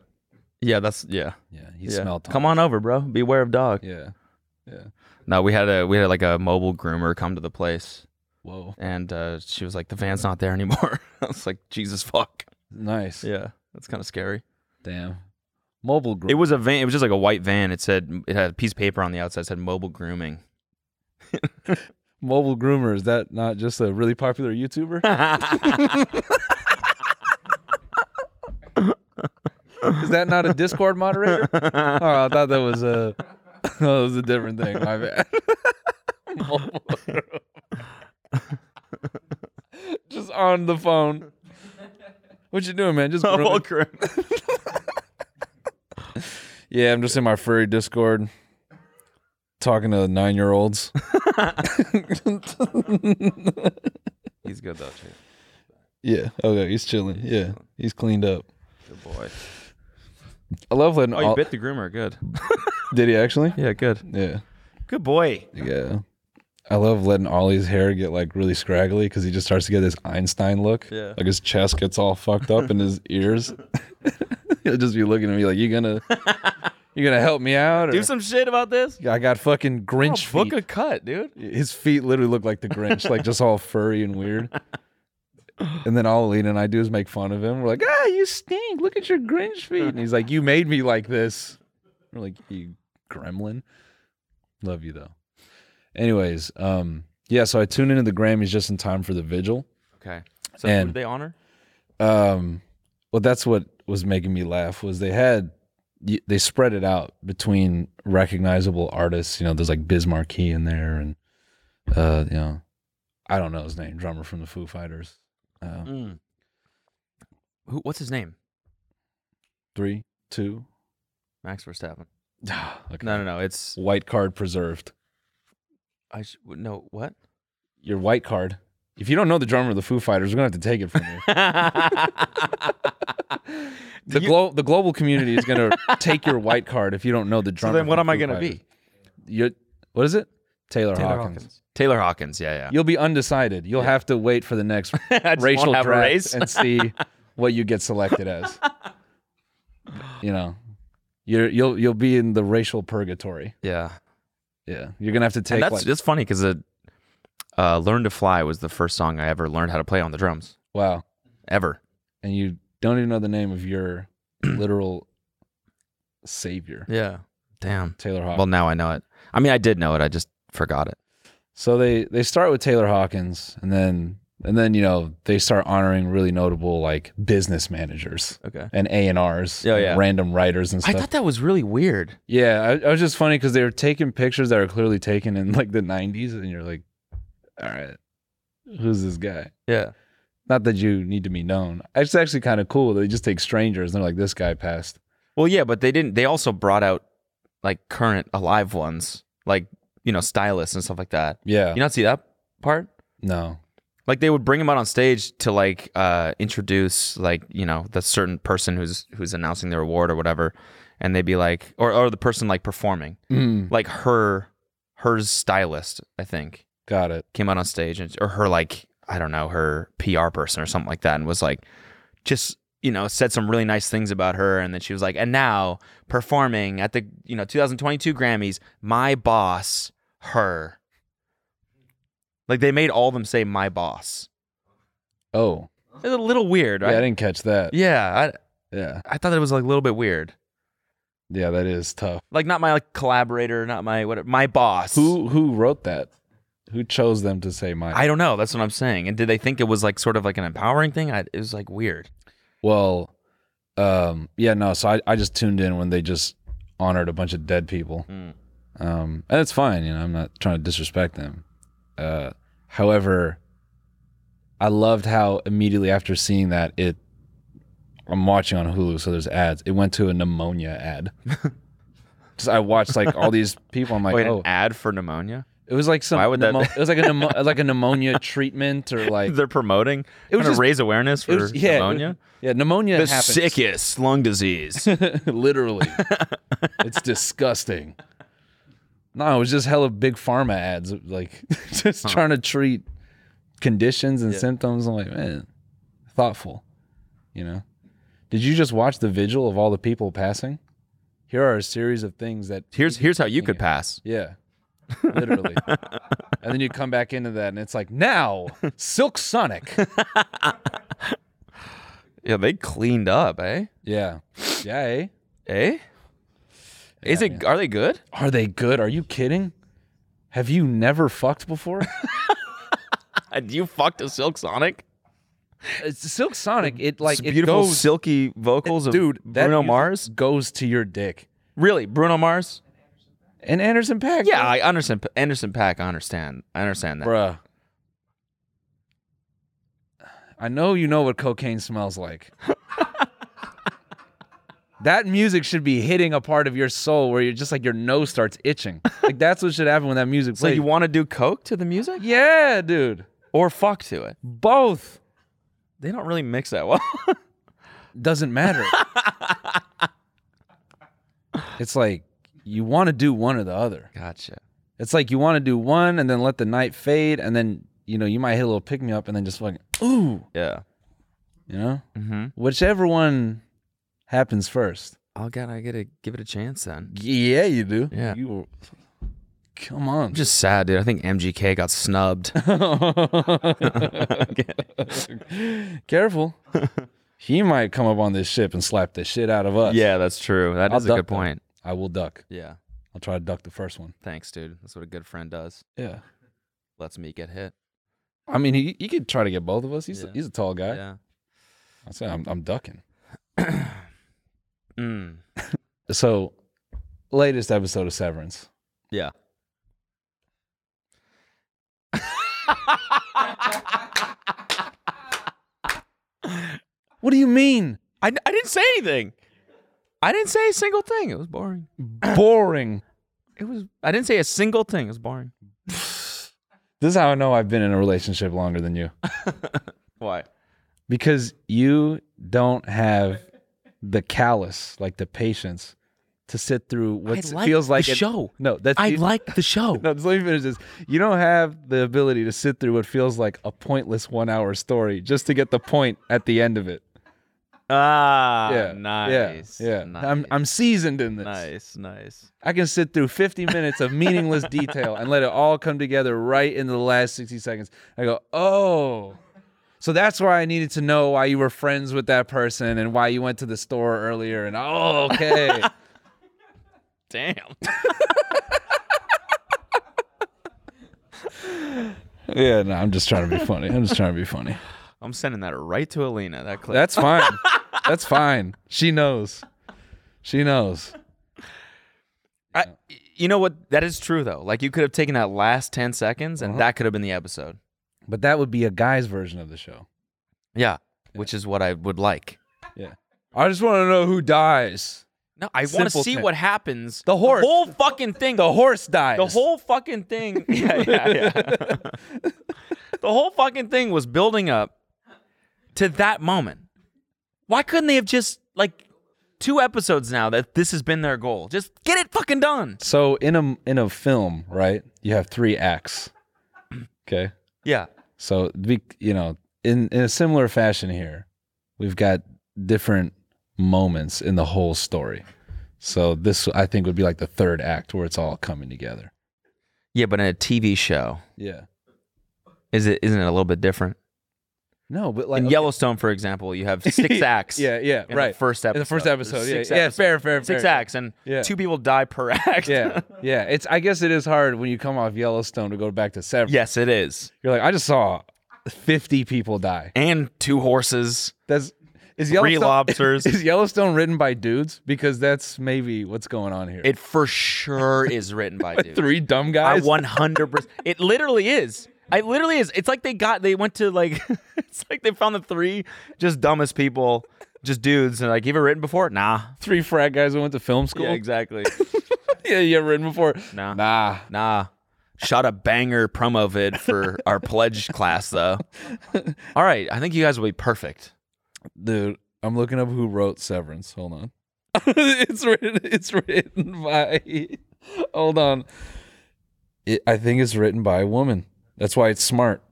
Speaker 1: Yeah, that's yeah.
Speaker 3: Yeah, he smelled
Speaker 1: Come on over, bro. Beware of dog.
Speaker 3: Yeah, yeah.
Speaker 1: No, we had a we had like a mobile groomer come to the place.
Speaker 3: Whoa.
Speaker 1: And uh, she was like, "The van's not there anymore." I was like, "Jesus fuck."
Speaker 3: Nice.
Speaker 1: Yeah, that's kind of scary.
Speaker 3: Damn. Mobile. Gr-
Speaker 1: It was a van. It was just like a white van. It said it had a piece of paper on the outside. It said mobile grooming.
Speaker 3: Mobile groomer is that not just a really popular YouTuber? is that not a Discord moderator? Oh, I thought that was a that was a different thing. My bad. Mobile groomer. just on the phone. What you doing, man? Just
Speaker 1: Mobile
Speaker 3: grooming. yeah, I'm just in my furry Discord, talking to nine year olds.
Speaker 1: He's good though, too.
Speaker 3: Yeah. Okay. He's chilling. Yeah. He's cleaned up.
Speaker 1: Good boy.
Speaker 3: I love letting.
Speaker 1: Oh, you
Speaker 3: all-
Speaker 1: bit the groomer. Good.
Speaker 3: Did he actually?
Speaker 1: Yeah. Good.
Speaker 3: Yeah.
Speaker 1: Good boy.
Speaker 3: Yeah. I love letting Ollie's hair get like really scraggly because he just starts to get this Einstein look.
Speaker 1: Yeah.
Speaker 3: Like his chest gets all fucked up and his ears. He'll just be looking at me like, "You gonna, you gonna help me out?"
Speaker 1: Do
Speaker 3: or-
Speaker 1: some shit about this.
Speaker 3: I got fucking Grinch
Speaker 1: Oh, book
Speaker 3: feet.
Speaker 1: a cut, dude.
Speaker 3: his feet literally look like the Grinch, like just all furry and weird. And then all Alina and I do is make fun of him. We're like, ah, you stink. Look at your Grinch feet. And he's like, you made me like this. We're like, you gremlin. Love you though. Anyways, um, yeah, so I tuned into the Grammys just in time for the vigil.
Speaker 1: Okay. So
Speaker 3: And-
Speaker 1: who did they honor?
Speaker 3: Um, well, that's what was making me laugh was they had y- they spread it out between recognizable artists. You know, there's like Biz Markie in there, and uh, you know, I don't know his name, drummer from the Foo Fighters. Uh,
Speaker 1: Mm. Who? What's his name?
Speaker 3: Three, two,
Speaker 1: Max Verstappen.
Speaker 3: okay.
Speaker 1: No, no, no. It's
Speaker 3: white card preserved.
Speaker 1: I sh- no what?
Speaker 3: Your white card. If you don't know the drummer of the Foo Fighters, we're gonna have to take it from you. the glo- the global community is gonna take your white card if you don't know the drummer.
Speaker 1: then what am
Speaker 3: from
Speaker 1: I
Speaker 3: Foo
Speaker 1: gonna
Speaker 3: Fighters.
Speaker 1: be?
Speaker 3: You're, what is it? Taylor, Hawkins.
Speaker 1: Taylor Hawkins. Yeah, yeah.
Speaker 3: You'll be undecided. You'll have to wait for the next
Speaker 1: won't
Speaker 3: racial
Speaker 1: have
Speaker 3: draft
Speaker 1: a race.
Speaker 3: and see what you get selected as. you know, you're you'll you'll be in the racial purgatory.
Speaker 1: Yeah.
Speaker 3: Yeah, you're gonna have to take.
Speaker 1: And that's
Speaker 3: like,
Speaker 1: that's funny because uh, "Learn to Fly" was the first song I ever learned how to play on the drums
Speaker 3: wow,
Speaker 1: ever.
Speaker 3: and you don't even know the name of your literal savior,
Speaker 1: Yeah. Damn.
Speaker 3: Taylor Hawkins.
Speaker 1: Well, now I know it. I mean, I did know it. I just forgot it.
Speaker 3: So they they start with Taylor Hawkins, and then and then you know they start honoring really notable like business managers
Speaker 1: Okay.
Speaker 3: and A and R's,
Speaker 1: Oh, Yeah, yeah.
Speaker 3: random writers and
Speaker 1: I
Speaker 3: stuff.
Speaker 1: thought that was really weird.
Speaker 3: Yeah, I, I was just funny because they were taking pictures that were clearly taken in like the '90s, and you're like, "All right, who's this guy?"
Speaker 1: Yeah.
Speaker 3: Not that you need to be known. It's actually kind of cool. They just take strangers, and they're like, "This guy passed."
Speaker 1: Well, yeah, but they didn't. They also brought out like current alive ones, like you know, stylists and stuff like that.
Speaker 3: Yeah.
Speaker 1: You not see that part?
Speaker 3: no.
Speaker 1: like they would bring him out on stage to like uh introduce like you know the certain person who's who's announcing their award or whatever and they'd be like or or the person like performing
Speaker 3: Mm,
Speaker 1: like her her stylist i think
Speaker 3: got it.
Speaker 1: came out on stage and or her like i don't know her pr person or something like that and was like just you know said some really nice things about her and then she was like and now performing at the you know 2022 grammys my boss her like they made all of them say my boss
Speaker 3: Oh,
Speaker 1: it's a little weird,
Speaker 3: yeah, I
Speaker 1: right?
Speaker 3: didn't catch that.
Speaker 1: Yeah, I
Speaker 3: Yeah.
Speaker 1: I thought it was like a little bit weird.
Speaker 3: Yeah, that is tough.
Speaker 1: Like not my like collaborator, not my whatever, my boss.
Speaker 3: Who who wrote that? Who chose them to say my?
Speaker 1: I don't know. That's what I'm saying. And did they think it was like sort of like an empowering thing? I, it was like weird.
Speaker 3: Well, um, yeah, no. So I, I just tuned in when they just honored a bunch of dead people,
Speaker 1: Hmm.
Speaker 3: um, and it's fine. You know, I'm not trying to disrespect them. Uh, however, I loved how immediately after seeing that it, I'm watching on Hulu, so there's ads. It went to a pneumonia ad. Just I watched like all these people. I'm like,
Speaker 1: Wait,
Speaker 3: oh,
Speaker 1: an ad for pneumonia?
Speaker 3: it was like some.
Speaker 1: Why would that
Speaker 3: pneumo-
Speaker 1: be-
Speaker 3: it was like a pneumo- like a pneumonia treatment or like
Speaker 1: They're promoting.
Speaker 3: It was
Speaker 1: Trying
Speaker 3: just-
Speaker 1: to raise awareness for
Speaker 3: it was- yeah, it was-
Speaker 1: pneumonia.
Speaker 3: yeah, pneumonia.
Speaker 1: The
Speaker 3: happens.
Speaker 1: sickest lung disease.
Speaker 3: Literally. it's disgusting. No, it was just hella big pharma ads, like just trying to treat conditions and symptoms. I'm like, man, thoughtful, you know? Did you just watch the vigil of all the people passing? Here are a series of things that,
Speaker 1: here's here's how you could pass.
Speaker 3: yeah, literally. and then you come back into that and it's like, now, Silk Sonic.
Speaker 1: Yeah, they cleaned up, eh?
Speaker 3: yeah. Yeah, eh?
Speaker 1: Eh? Is it? Are they good?
Speaker 3: Are they good? Are you kidding? Have you never fucked before?
Speaker 1: Had you fucked a Silk Sonic?
Speaker 3: It's Silk Sonic, it like
Speaker 1: It's
Speaker 3: it
Speaker 1: beautiful
Speaker 3: goes,
Speaker 1: silky vocals of
Speaker 3: dude. that
Speaker 1: Bruno
Speaker 3: music
Speaker 1: Mars.
Speaker 3: goes to your dick,
Speaker 1: Really, Bruno Mars?
Speaker 3: and Anderson Paak.
Speaker 1: Yeah, I understand. Anderson Pack, I understand. I understand that.
Speaker 3: bruh. I know you know what cocaine smells like. that music should be hitting a part of your soul where you're just like your nose starts itching. Like that's what should happen when that music
Speaker 1: So
Speaker 3: plays.
Speaker 1: you want to do coke to the music
Speaker 3: yeah, dude.
Speaker 1: or fuck to it?
Speaker 3: Both
Speaker 1: They don't really mix that well.
Speaker 3: doesn't matter. it's like you want to do one or the other.
Speaker 1: gotcha.
Speaker 3: It's like you want to do one and then let the night fade, and then you know you might hit a little pick me up, and then just fucking ooh,
Speaker 1: Yeah.
Speaker 3: you know,
Speaker 1: Mm-hmm.
Speaker 3: whichever one happens first.
Speaker 1: Oh god, I gotta give it a chance then.
Speaker 3: Yeah, you do.
Speaker 1: Yeah.
Speaker 3: you. were- Come on.
Speaker 1: I'm just sad, dude. I think MGK got snubbed.
Speaker 3: Careful. He might come up on this ship and slap the shit out of us.
Speaker 1: yeah, that's true. That is
Speaker 3: I'll
Speaker 1: a
Speaker 3: duck
Speaker 1: good
Speaker 3: though.
Speaker 1: point.
Speaker 3: I will duck.
Speaker 1: Yeah.
Speaker 3: I'll try to duck the first one.
Speaker 1: Thanks, dude. That's what a good friend does.
Speaker 3: Yeah.
Speaker 1: Lets me get hit.
Speaker 3: I mean, he, he could try to get both of us. He's
Speaker 1: Yeah.
Speaker 3: he's a tall guy.
Speaker 1: Yeah.
Speaker 3: I said I'm, I'm ducking.
Speaker 1: Mm.
Speaker 3: So, latest episode of Severance.
Speaker 1: Yeah.
Speaker 3: What do you mean?
Speaker 1: I, I didn't say anything. I didn't say a single thing. It was boring.
Speaker 3: Boring.
Speaker 1: It was. I didn't say a single thing. It was boring.
Speaker 3: This is how I know I've been in a relationship longer than you
Speaker 1: Why?
Speaker 3: because you don't have the callous, like the patience, to sit through what
Speaker 1: like
Speaker 3: feels like
Speaker 1: the
Speaker 3: an-
Speaker 1: show.
Speaker 3: No, that's
Speaker 1: I
Speaker 3: you-
Speaker 1: like the show.
Speaker 3: No, just let me finish this. You don't have the ability to sit through what feels like a pointless one-hour story just to get the point at the end of it.
Speaker 1: Ah,
Speaker 3: yeah,
Speaker 1: nice.
Speaker 3: Yeah, yeah.
Speaker 1: nice.
Speaker 3: I'm I'm seasoned in this.
Speaker 1: nice, nice.
Speaker 3: I can sit through 50 minutes of meaningless detail and let it all come together right into the last 60 seconds. I go, oh. So that's why I needed to know why you were friends with that person and why you went to the store earlier. And oh, okay.
Speaker 1: Damn.
Speaker 3: yeah, no, I'm just trying to be funny. I'm just trying to be funny.
Speaker 1: I'm sending that right to Alina. That clip.
Speaker 3: That's fine. That's fine. She knows. She knows.
Speaker 1: I, you know what? That is true though. Like you could have taken that last ten seconds, and that could have been the episode.
Speaker 3: But that would be a guy's version of the show.
Speaker 1: Yeah, which is what I would like.
Speaker 3: Yeah. I just want to know who dies.
Speaker 1: No, I want to
Speaker 3: Simple
Speaker 1: see
Speaker 3: ten.
Speaker 1: what happens.
Speaker 3: The horse.
Speaker 1: whole fucking thing.
Speaker 3: The horse dies.
Speaker 1: The whole fucking thing. Yeah, yeah, yeah. the whole fucking thing was building up to that moment. Why couldn't they have just like two episodes now that this has been their goal? Just get it fucking done.
Speaker 3: So in a in a film, right? You have three acts. Okay.
Speaker 1: Yeah.
Speaker 3: So we, you know, in in a similar fashion here, we've got different moments in the whole story. So this I think would be like the third act where it's all coming together.
Speaker 1: Yeah, but in a TV show,
Speaker 3: Yeah.
Speaker 1: is it isn't it a little bit different?
Speaker 3: No, but like
Speaker 1: in
Speaker 3: okay.
Speaker 1: Yellowstone, for example, you have six acts.
Speaker 3: Yeah, yeah,
Speaker 1: in the
Speaker 3: right.
Speaker 1: first
Speaker 3: In
Speaker 1: episode.
Speaker 3: the first
Speaker 1: There's
Speaker 3: episode, yeah,
Speaker 1: six
Speaker 3: yeah, fair, fair,
Speaker 1: Six
Speaker 3: fair.
Speaker 1: acts, and
Speaker 3: Yeah.
Speaker 1: two people die per act.
Speaker 3: yeah, yeah. It's I guess it is hard when you come off Yellowstone to go back to Severance.
Speaker 1: yes, it is.
Speaker 3: You're like, I just saw 50 people die.
Speaker 1: And two horses.
Speaker 3: That's is
Speaker 1: Three
Speaker 3: Yellowstone,
Speaker 1: lobsters.
Speaker 3: Is Yellowstone written by dudes? Because that's maybe what's going on here.
Speaker 1: It for sure is written by dudes.
Speaker 3: Three dumb
Speaker 1: I
Speaker 3: guys.
Speaker 1: 100. percent It literally is. It literally is. It's like they got. They went to like. It's like they found the three just dumbest people, just dudes, and like, you ever written before? Nah.
Speaker 3: three frat guys who went to film school.
Speaker 1: Yeah, exactly.
Speaker 3: yeah, you ever written before?
Speaker 1: Nah.
Speaker 3: Nah.
Speaker 1: Nah. Shot a banger promo vid for our pledge class though. All right, I think you guys will be perfect.
Speaker 3: Dude, I'm looking up who wrote Severance. Hold on. it's written it's written by Hold on. It, I think it's written by a woman. That's why it's smart.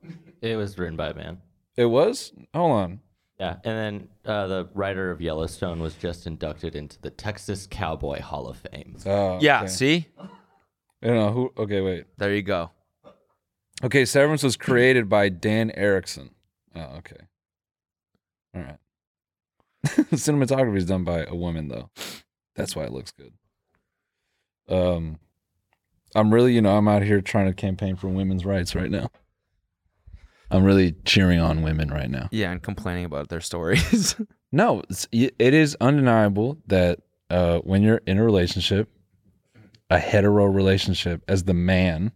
Speaker 10: It was written by a man.
Speaker 3: It was? Hold on.
Speaker 10: Yeah, and then uh, the writer of Yellowstone was just inducted into the Texas Cowboy Hall of Fame.
Speaker 3: Oh,
Speaker 1: Yeah,
Speaker 3: okay.
Speaker 1: see?
Speaker 3: I don't know who okay, wait.
Speaker 1: There you go.
Speaker 3: Okay, Severance was created by Dan Erickson. Oh, okay. All right. Cinematography is done by a woman though. That's why it looks good. Um I'm really, you know, I'm out here trying to campaign for women's rights right now. I'm really cheering on women right now.
Speaker 1: Yeah, and complaining about their stories.
Speaker 3: No, it's, it is undeniable that uh, when you're in a relationship, a hetero relationship, as the man,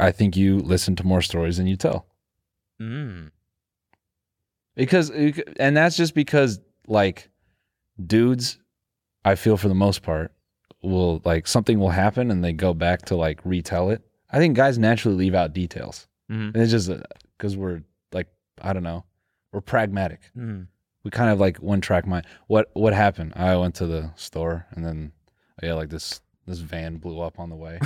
Speaker 3: I think you listen to more stories than you tell
Speaker 1: mm.
Speaker 3: because, uh, and that's just because like dudes, I feel for the most part will like something will happen and they go back to like retell it. I think guys naturally leave out details,
Speaker 1: Mhm.
Speaker 3: and it's just because we're like I don't know, we're pragmatic.
Speaker 1: Mm.
Speaker 3: we kind of like one track mind. What what happened? I went to the store and then yeah, like this this van blew up on the way.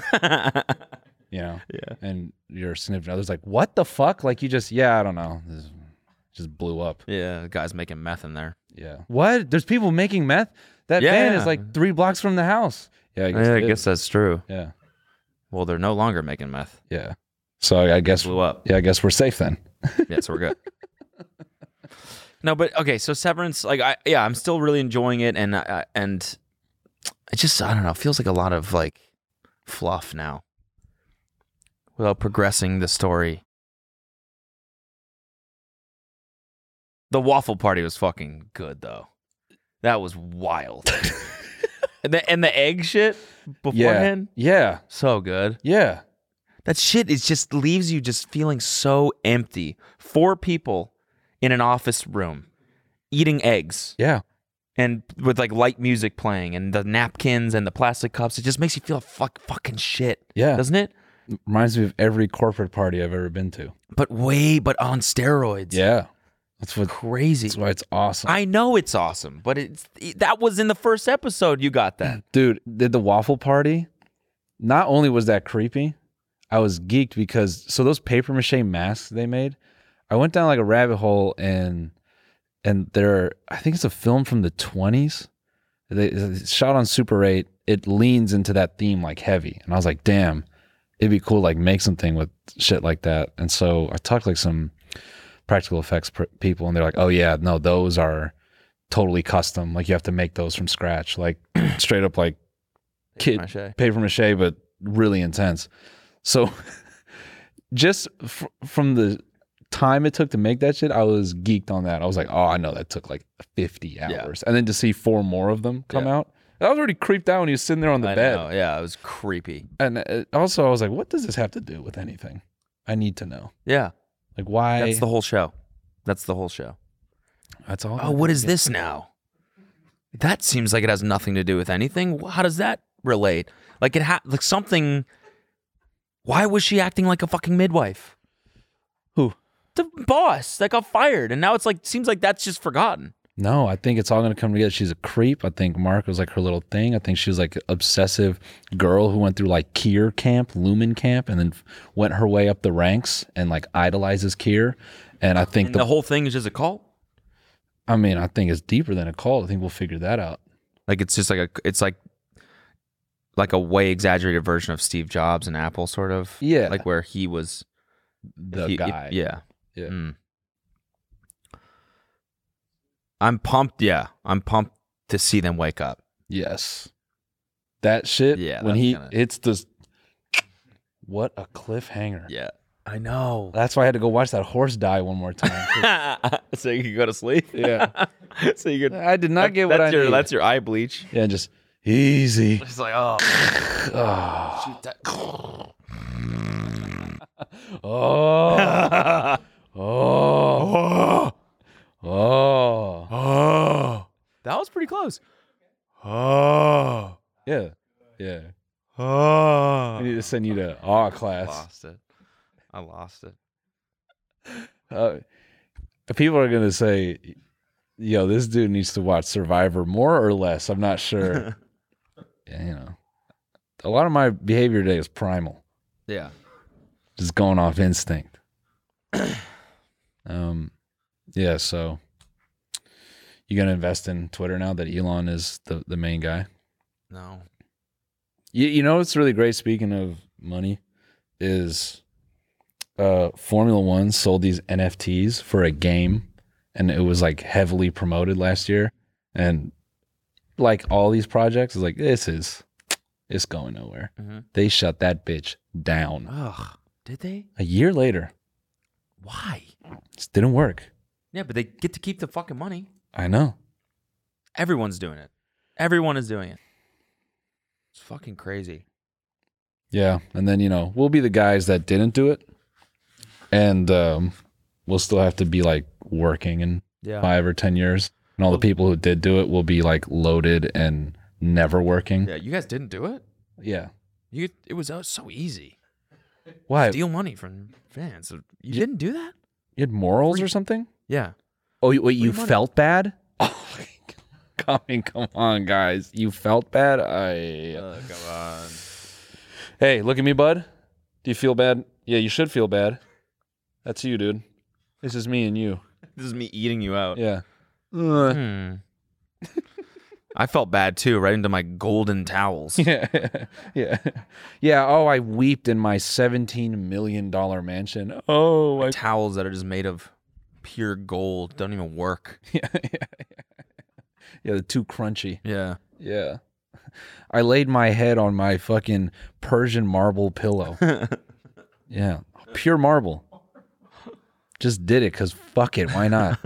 Speaker 3: you know? Yeah. And your significant other's like, what the fuck? Like you just yeah, I don't know. This just blew up.
Speaker 1: Yeah, the guy's making meth in there.
Speaker 3: Yeah. What? There's people making meth? That
Speaker 1: Yeah.
Speaker 3: van is like three blocks from the house. Yeah, I guess.
Speaker 1: yeah, I
Speaker 3: it
Speaker 1: guess
Speaker 3: is.
Speaker 1: that's true.
Speaker 3: yeah.
Speaker 1: Well, they're no longer making meth.
Speaker 3: Yeah. So I guess
Speaker 1: Blew up.
Speaker 3: yeah, I guess we're safe then.
Speaker 1: yeah, so we're good. No, but okay. So Severance, like, I yeah, I'm still really enjoying it, and I, I- and it just I don't know, it feels like a lot of like fluff now, without progressing the story. The waffle party was fucking good though. That was wild. and the and the egg shit beforehand,
Speaker 3: Yeah.
Speaker 1: so good.
Speaker 3: Yeah. Yeah.
Speaker 1: That shit is just leaves you just feeling so empty. Four people in an office room eating eggs
Speaker 3: Yeah.
Speaker 1: and with like light music playing and the napkins and the plastic cups. It just makes you feel fuck fucking shit.
Speaker 3: Yeah.
Speaker 1: Doesn't it?
Speaker 3: Reminds me of every corporate party I've ever been to.
Speaker 1: But way but on steroids.
Speaker 3: Yeah. That's what
Speaker 1: Crazy.
Speaker 3: that's why it's awesome.
Speaker 1: I know it's awesome, but it's that was in the first episode you got that.
Speaker 3: dude did the waffle party not only was that creepy i was geeked because so those paper mache masks they made i went down like a rabbit hole and and there i think it's a film from the 20s they it's shot on super 8 it leans into that theme like heavy and i was like damn it'd be cool to, like make something with shit like that and so i talked to, like some practical effects pr- people and they're like oh yeah no those are totally custom like you have to make those from scratch like straight up like kid
Speaker 1: Mache.
Speaker 3: paper mache but really intense so just fr- from the time it took to make that shit i was geeked on that i was like oh i know that took like 50 hours and then to see four more of them come out i was already creeped out when he was sitting there on the
Speaker 1: I
Speaker 3: bed
Speaker 1: know. Yeah, it was creepy.
Speaker 3: and uh, also I was like, what does this have to do with anything? I need to know.
Speaker 1: Yeah.
Speaker 3: Like why?
Speaker 1: That's the whole show. That's the whole show.
Speaker 3: That's all.
Speaker 1: Oh, what is this now? That seems like it has nothing to do with anything. How does that relate? Like it ha- like something. Why was she acting like a fucking midwife?
Speaker 3: Who?
Speaker 1: The boss that got fired, and now it's like seems like that's just forgotten.
Speaker 3: No, I think it's all going to come together. She's a creep. I think Mark was like her little thing. I think she was like an obsessive girl who went through like Kier camp, Lumen camp, and then f- went her way up the ranks and like idolizes Kier. And I think
Speaker 1: And
Speaker 3: the,
Speaker 1: the whole thing is just a cult.
Speaker 3: I mean, I think it's deeper than a cult. I think we'll figure that out.
Speaker 1: Like it's just like a it's like like a way exaggerated version of Steve Jobs and Apple, sort of.
Speaker 3: Yeah.
Speaker 1: Like where he was
Speaker 3: The
Speaker 1: he-
Speaker 3: guy.
Speaker 1: yeah.
Speaker 3: Yeah.
Speaker 1: Mm. I'm pumped. Yeah, I'm pumped to see them wake up.
Speaker 3: Yes. That shit.
Speaker 1: Yeah,
Speaker 3: When
Speaker 1: that's
Speaker 3: he
Speaker 1: gonna-
Speaker 3: hits the. What a cliffhanger.
Speaker 1: Yeah, I know.
Speaker 3: That's why I had to go watch that horse die one more time.
Speaker 1: so you could go to sleep.
Speaker 3: Yeah.
Speaker 1: so you could.
Speaker 3: I did not get what
Speaker 1: that's
Speaker 3: I
Speaker 1: your,
Speaker 3: needed.
Speaker 1: That's your eye bleach.
Speaker 3: yeah, just easy.
Speaker 1: It's like oh,
Speaker 3: Oh.
Speaker 1: shoot that.
Speaker 3: Oh. Oh.
Speaker 8: Oh.
Speaker 3: Oh.
Speaker 8: Oh.
Speaker 1: That was pretty close.
Speaker 8: Oh.
Speaker 3: Yeah. Yeah. I
Speaker 8: Oh.
Speaker 3: need to send you to awe class.
Speaker 1: Ah. Lost it. I lost it.
Speaker 3: Uh, people are gonna say, "Yo, this dude needs to watch Survivor more or less." I'm not sure. Yeah, you know, a lot of my behavior today is primal,
Speaker 1: Yeah.
Speaker 3: just going off instinct. um, yeah. So you gonna invest in Twitter now that Elon is the the main guy?
Speaker 1: No.
Speaker 3: You, you know what's really great speaking of money is uh Formula 1 sold these NFTs for a game and it was like heavily promoted last year and like all these projects is like this is it's going nowhere.
Speaker 1: Mhm.
Speaker 3: They shut that bitch down.
Speaker 1: Ugh. Did they?
Speaker 3: A year later,
Speaker 1: Why?
Speaker 3: just didn't work.
Speaker 1: Yeah, but they get to keep the fucking money.
Speaker 3: I know.
Speaker 1: Everyone's doing it. Everyone is doing it. It's fucking crazy.
Speaker 3: Yeah, and then you know we'll be the guys that didn't do it, and um, we'll still have to be like working and
Speaker 1: Yeah.
Speaker 3: five or ten years, and all the people who did do it will be like loaded and never working.
Speaker 1: Yeah, you guys didn't do it.
Speaker 3: Yeah.
Speaker 1: You it was uh, so easy.
Speaker 3: Why? You
Speaker 1: Steal money from fans. You didn't do that?
Speaker 3: had morals or something?
Speaker 1: Yeah.
Speaker 3: Oh, you- wait, you
Speaker 1: Free money.
Speaker 3: felt bad? Oh, my God. I mean, come on, guys. You felt bad? I.
Speaker 1: Uh, come on.
Speaker 3: hey, look at me, bud. Do you feel bad? Yeah, you should feel bad. That's you, dude. This is me and you.
Speaker 1: This is me eating you out.
Speaker 3: Yeah.
Speaker 1: Hmm. I felt bad too, right into my golden towels.
Speaker 3: yeah, yeah, yeah. Oh, I weeped in my seventeen million dollar mansion. Oh, I,
Speaker 1: towels that are just made of pure gold. Don't even work.
Speaker 3: yeah, yeah, yeah. yeah. They're too crunchy.
Speaker 1: Yeah.
Speaker 3: Yeah, I laid my head on my fucking Persian marble pillow. yeah, pure marble. Just did it because fuck it, why not?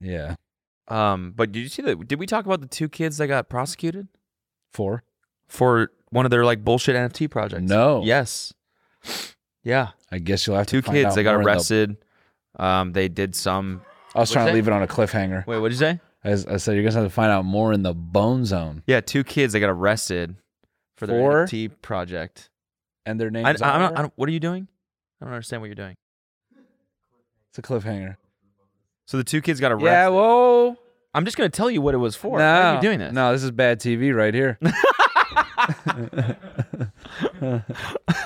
Speaker 3: yeah,
Speaker 1: Um, but did you see that did we talk about the two kids that got prosecuted
Speaker 3: four.
Speaker 1: for one of their like bullshit NFT projects?
Speaker 3: No.
Speaker 1: Yes. Yeah.
Speaker 3: I guess you'll have to
Speaker 1: Two
Speaker 3: find
Speaker 1: kids
Speaker 3: out
Speaker 1: they got
Speaker 3: more in the-
Speaker 1: arrested. Um, they did some
Speaker 3: I was trying to
Speaker 1: What'd you
Speaker 3: leave it on a cliffhanger.
Speaker 1: Wait, what'd you say?
Speaker 3: I, I said you're gonna have to find out more in the bone zone.
Speaker 1: Yeah, two kids that got arrested for their
Speaker 3: For?
Speaker 1: NFT project.
Speaker 3: and their
Speaker 1: I, I,
Speaker 3: names
Speaker 1: I
Speaker 3: are.
Speaker 1: don't, I don't, what are you doing? I don't understand what you're doing.
Speaker 3: it's a cliffhanger.
Speaker 1: So the two kids got arrested.
Speaker 3: Yeah, whoa.
Speaker 1: I'm just gonna tell you what it was for.
Speaker 3: no,
Speaker 1: Why are you doing this?
Speaker 3: No, this is bad TV right here.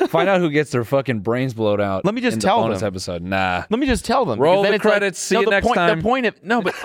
Speaker 3: Find out who gets their fucking brains blowed out.
Speaker 1: Let me just
Speaker 3: in
Speaker 1: tell
Speaker 3: the bonus
Speaker 1: them.
Speaker 3: episode. Nah.
Speaker 1: Let me just tell them. because
Speaker 3: Roll
Speaker 1: then
Speaker 3: the
Speaker 1: it's like-
Speaker 3: credits, see
Speaker 1: no,
Speaker 3: you
Speaker 1: the
Speaker 3: next
Speaker 1: point,
Speaker 3: time.
Speaker 1: The point of no, but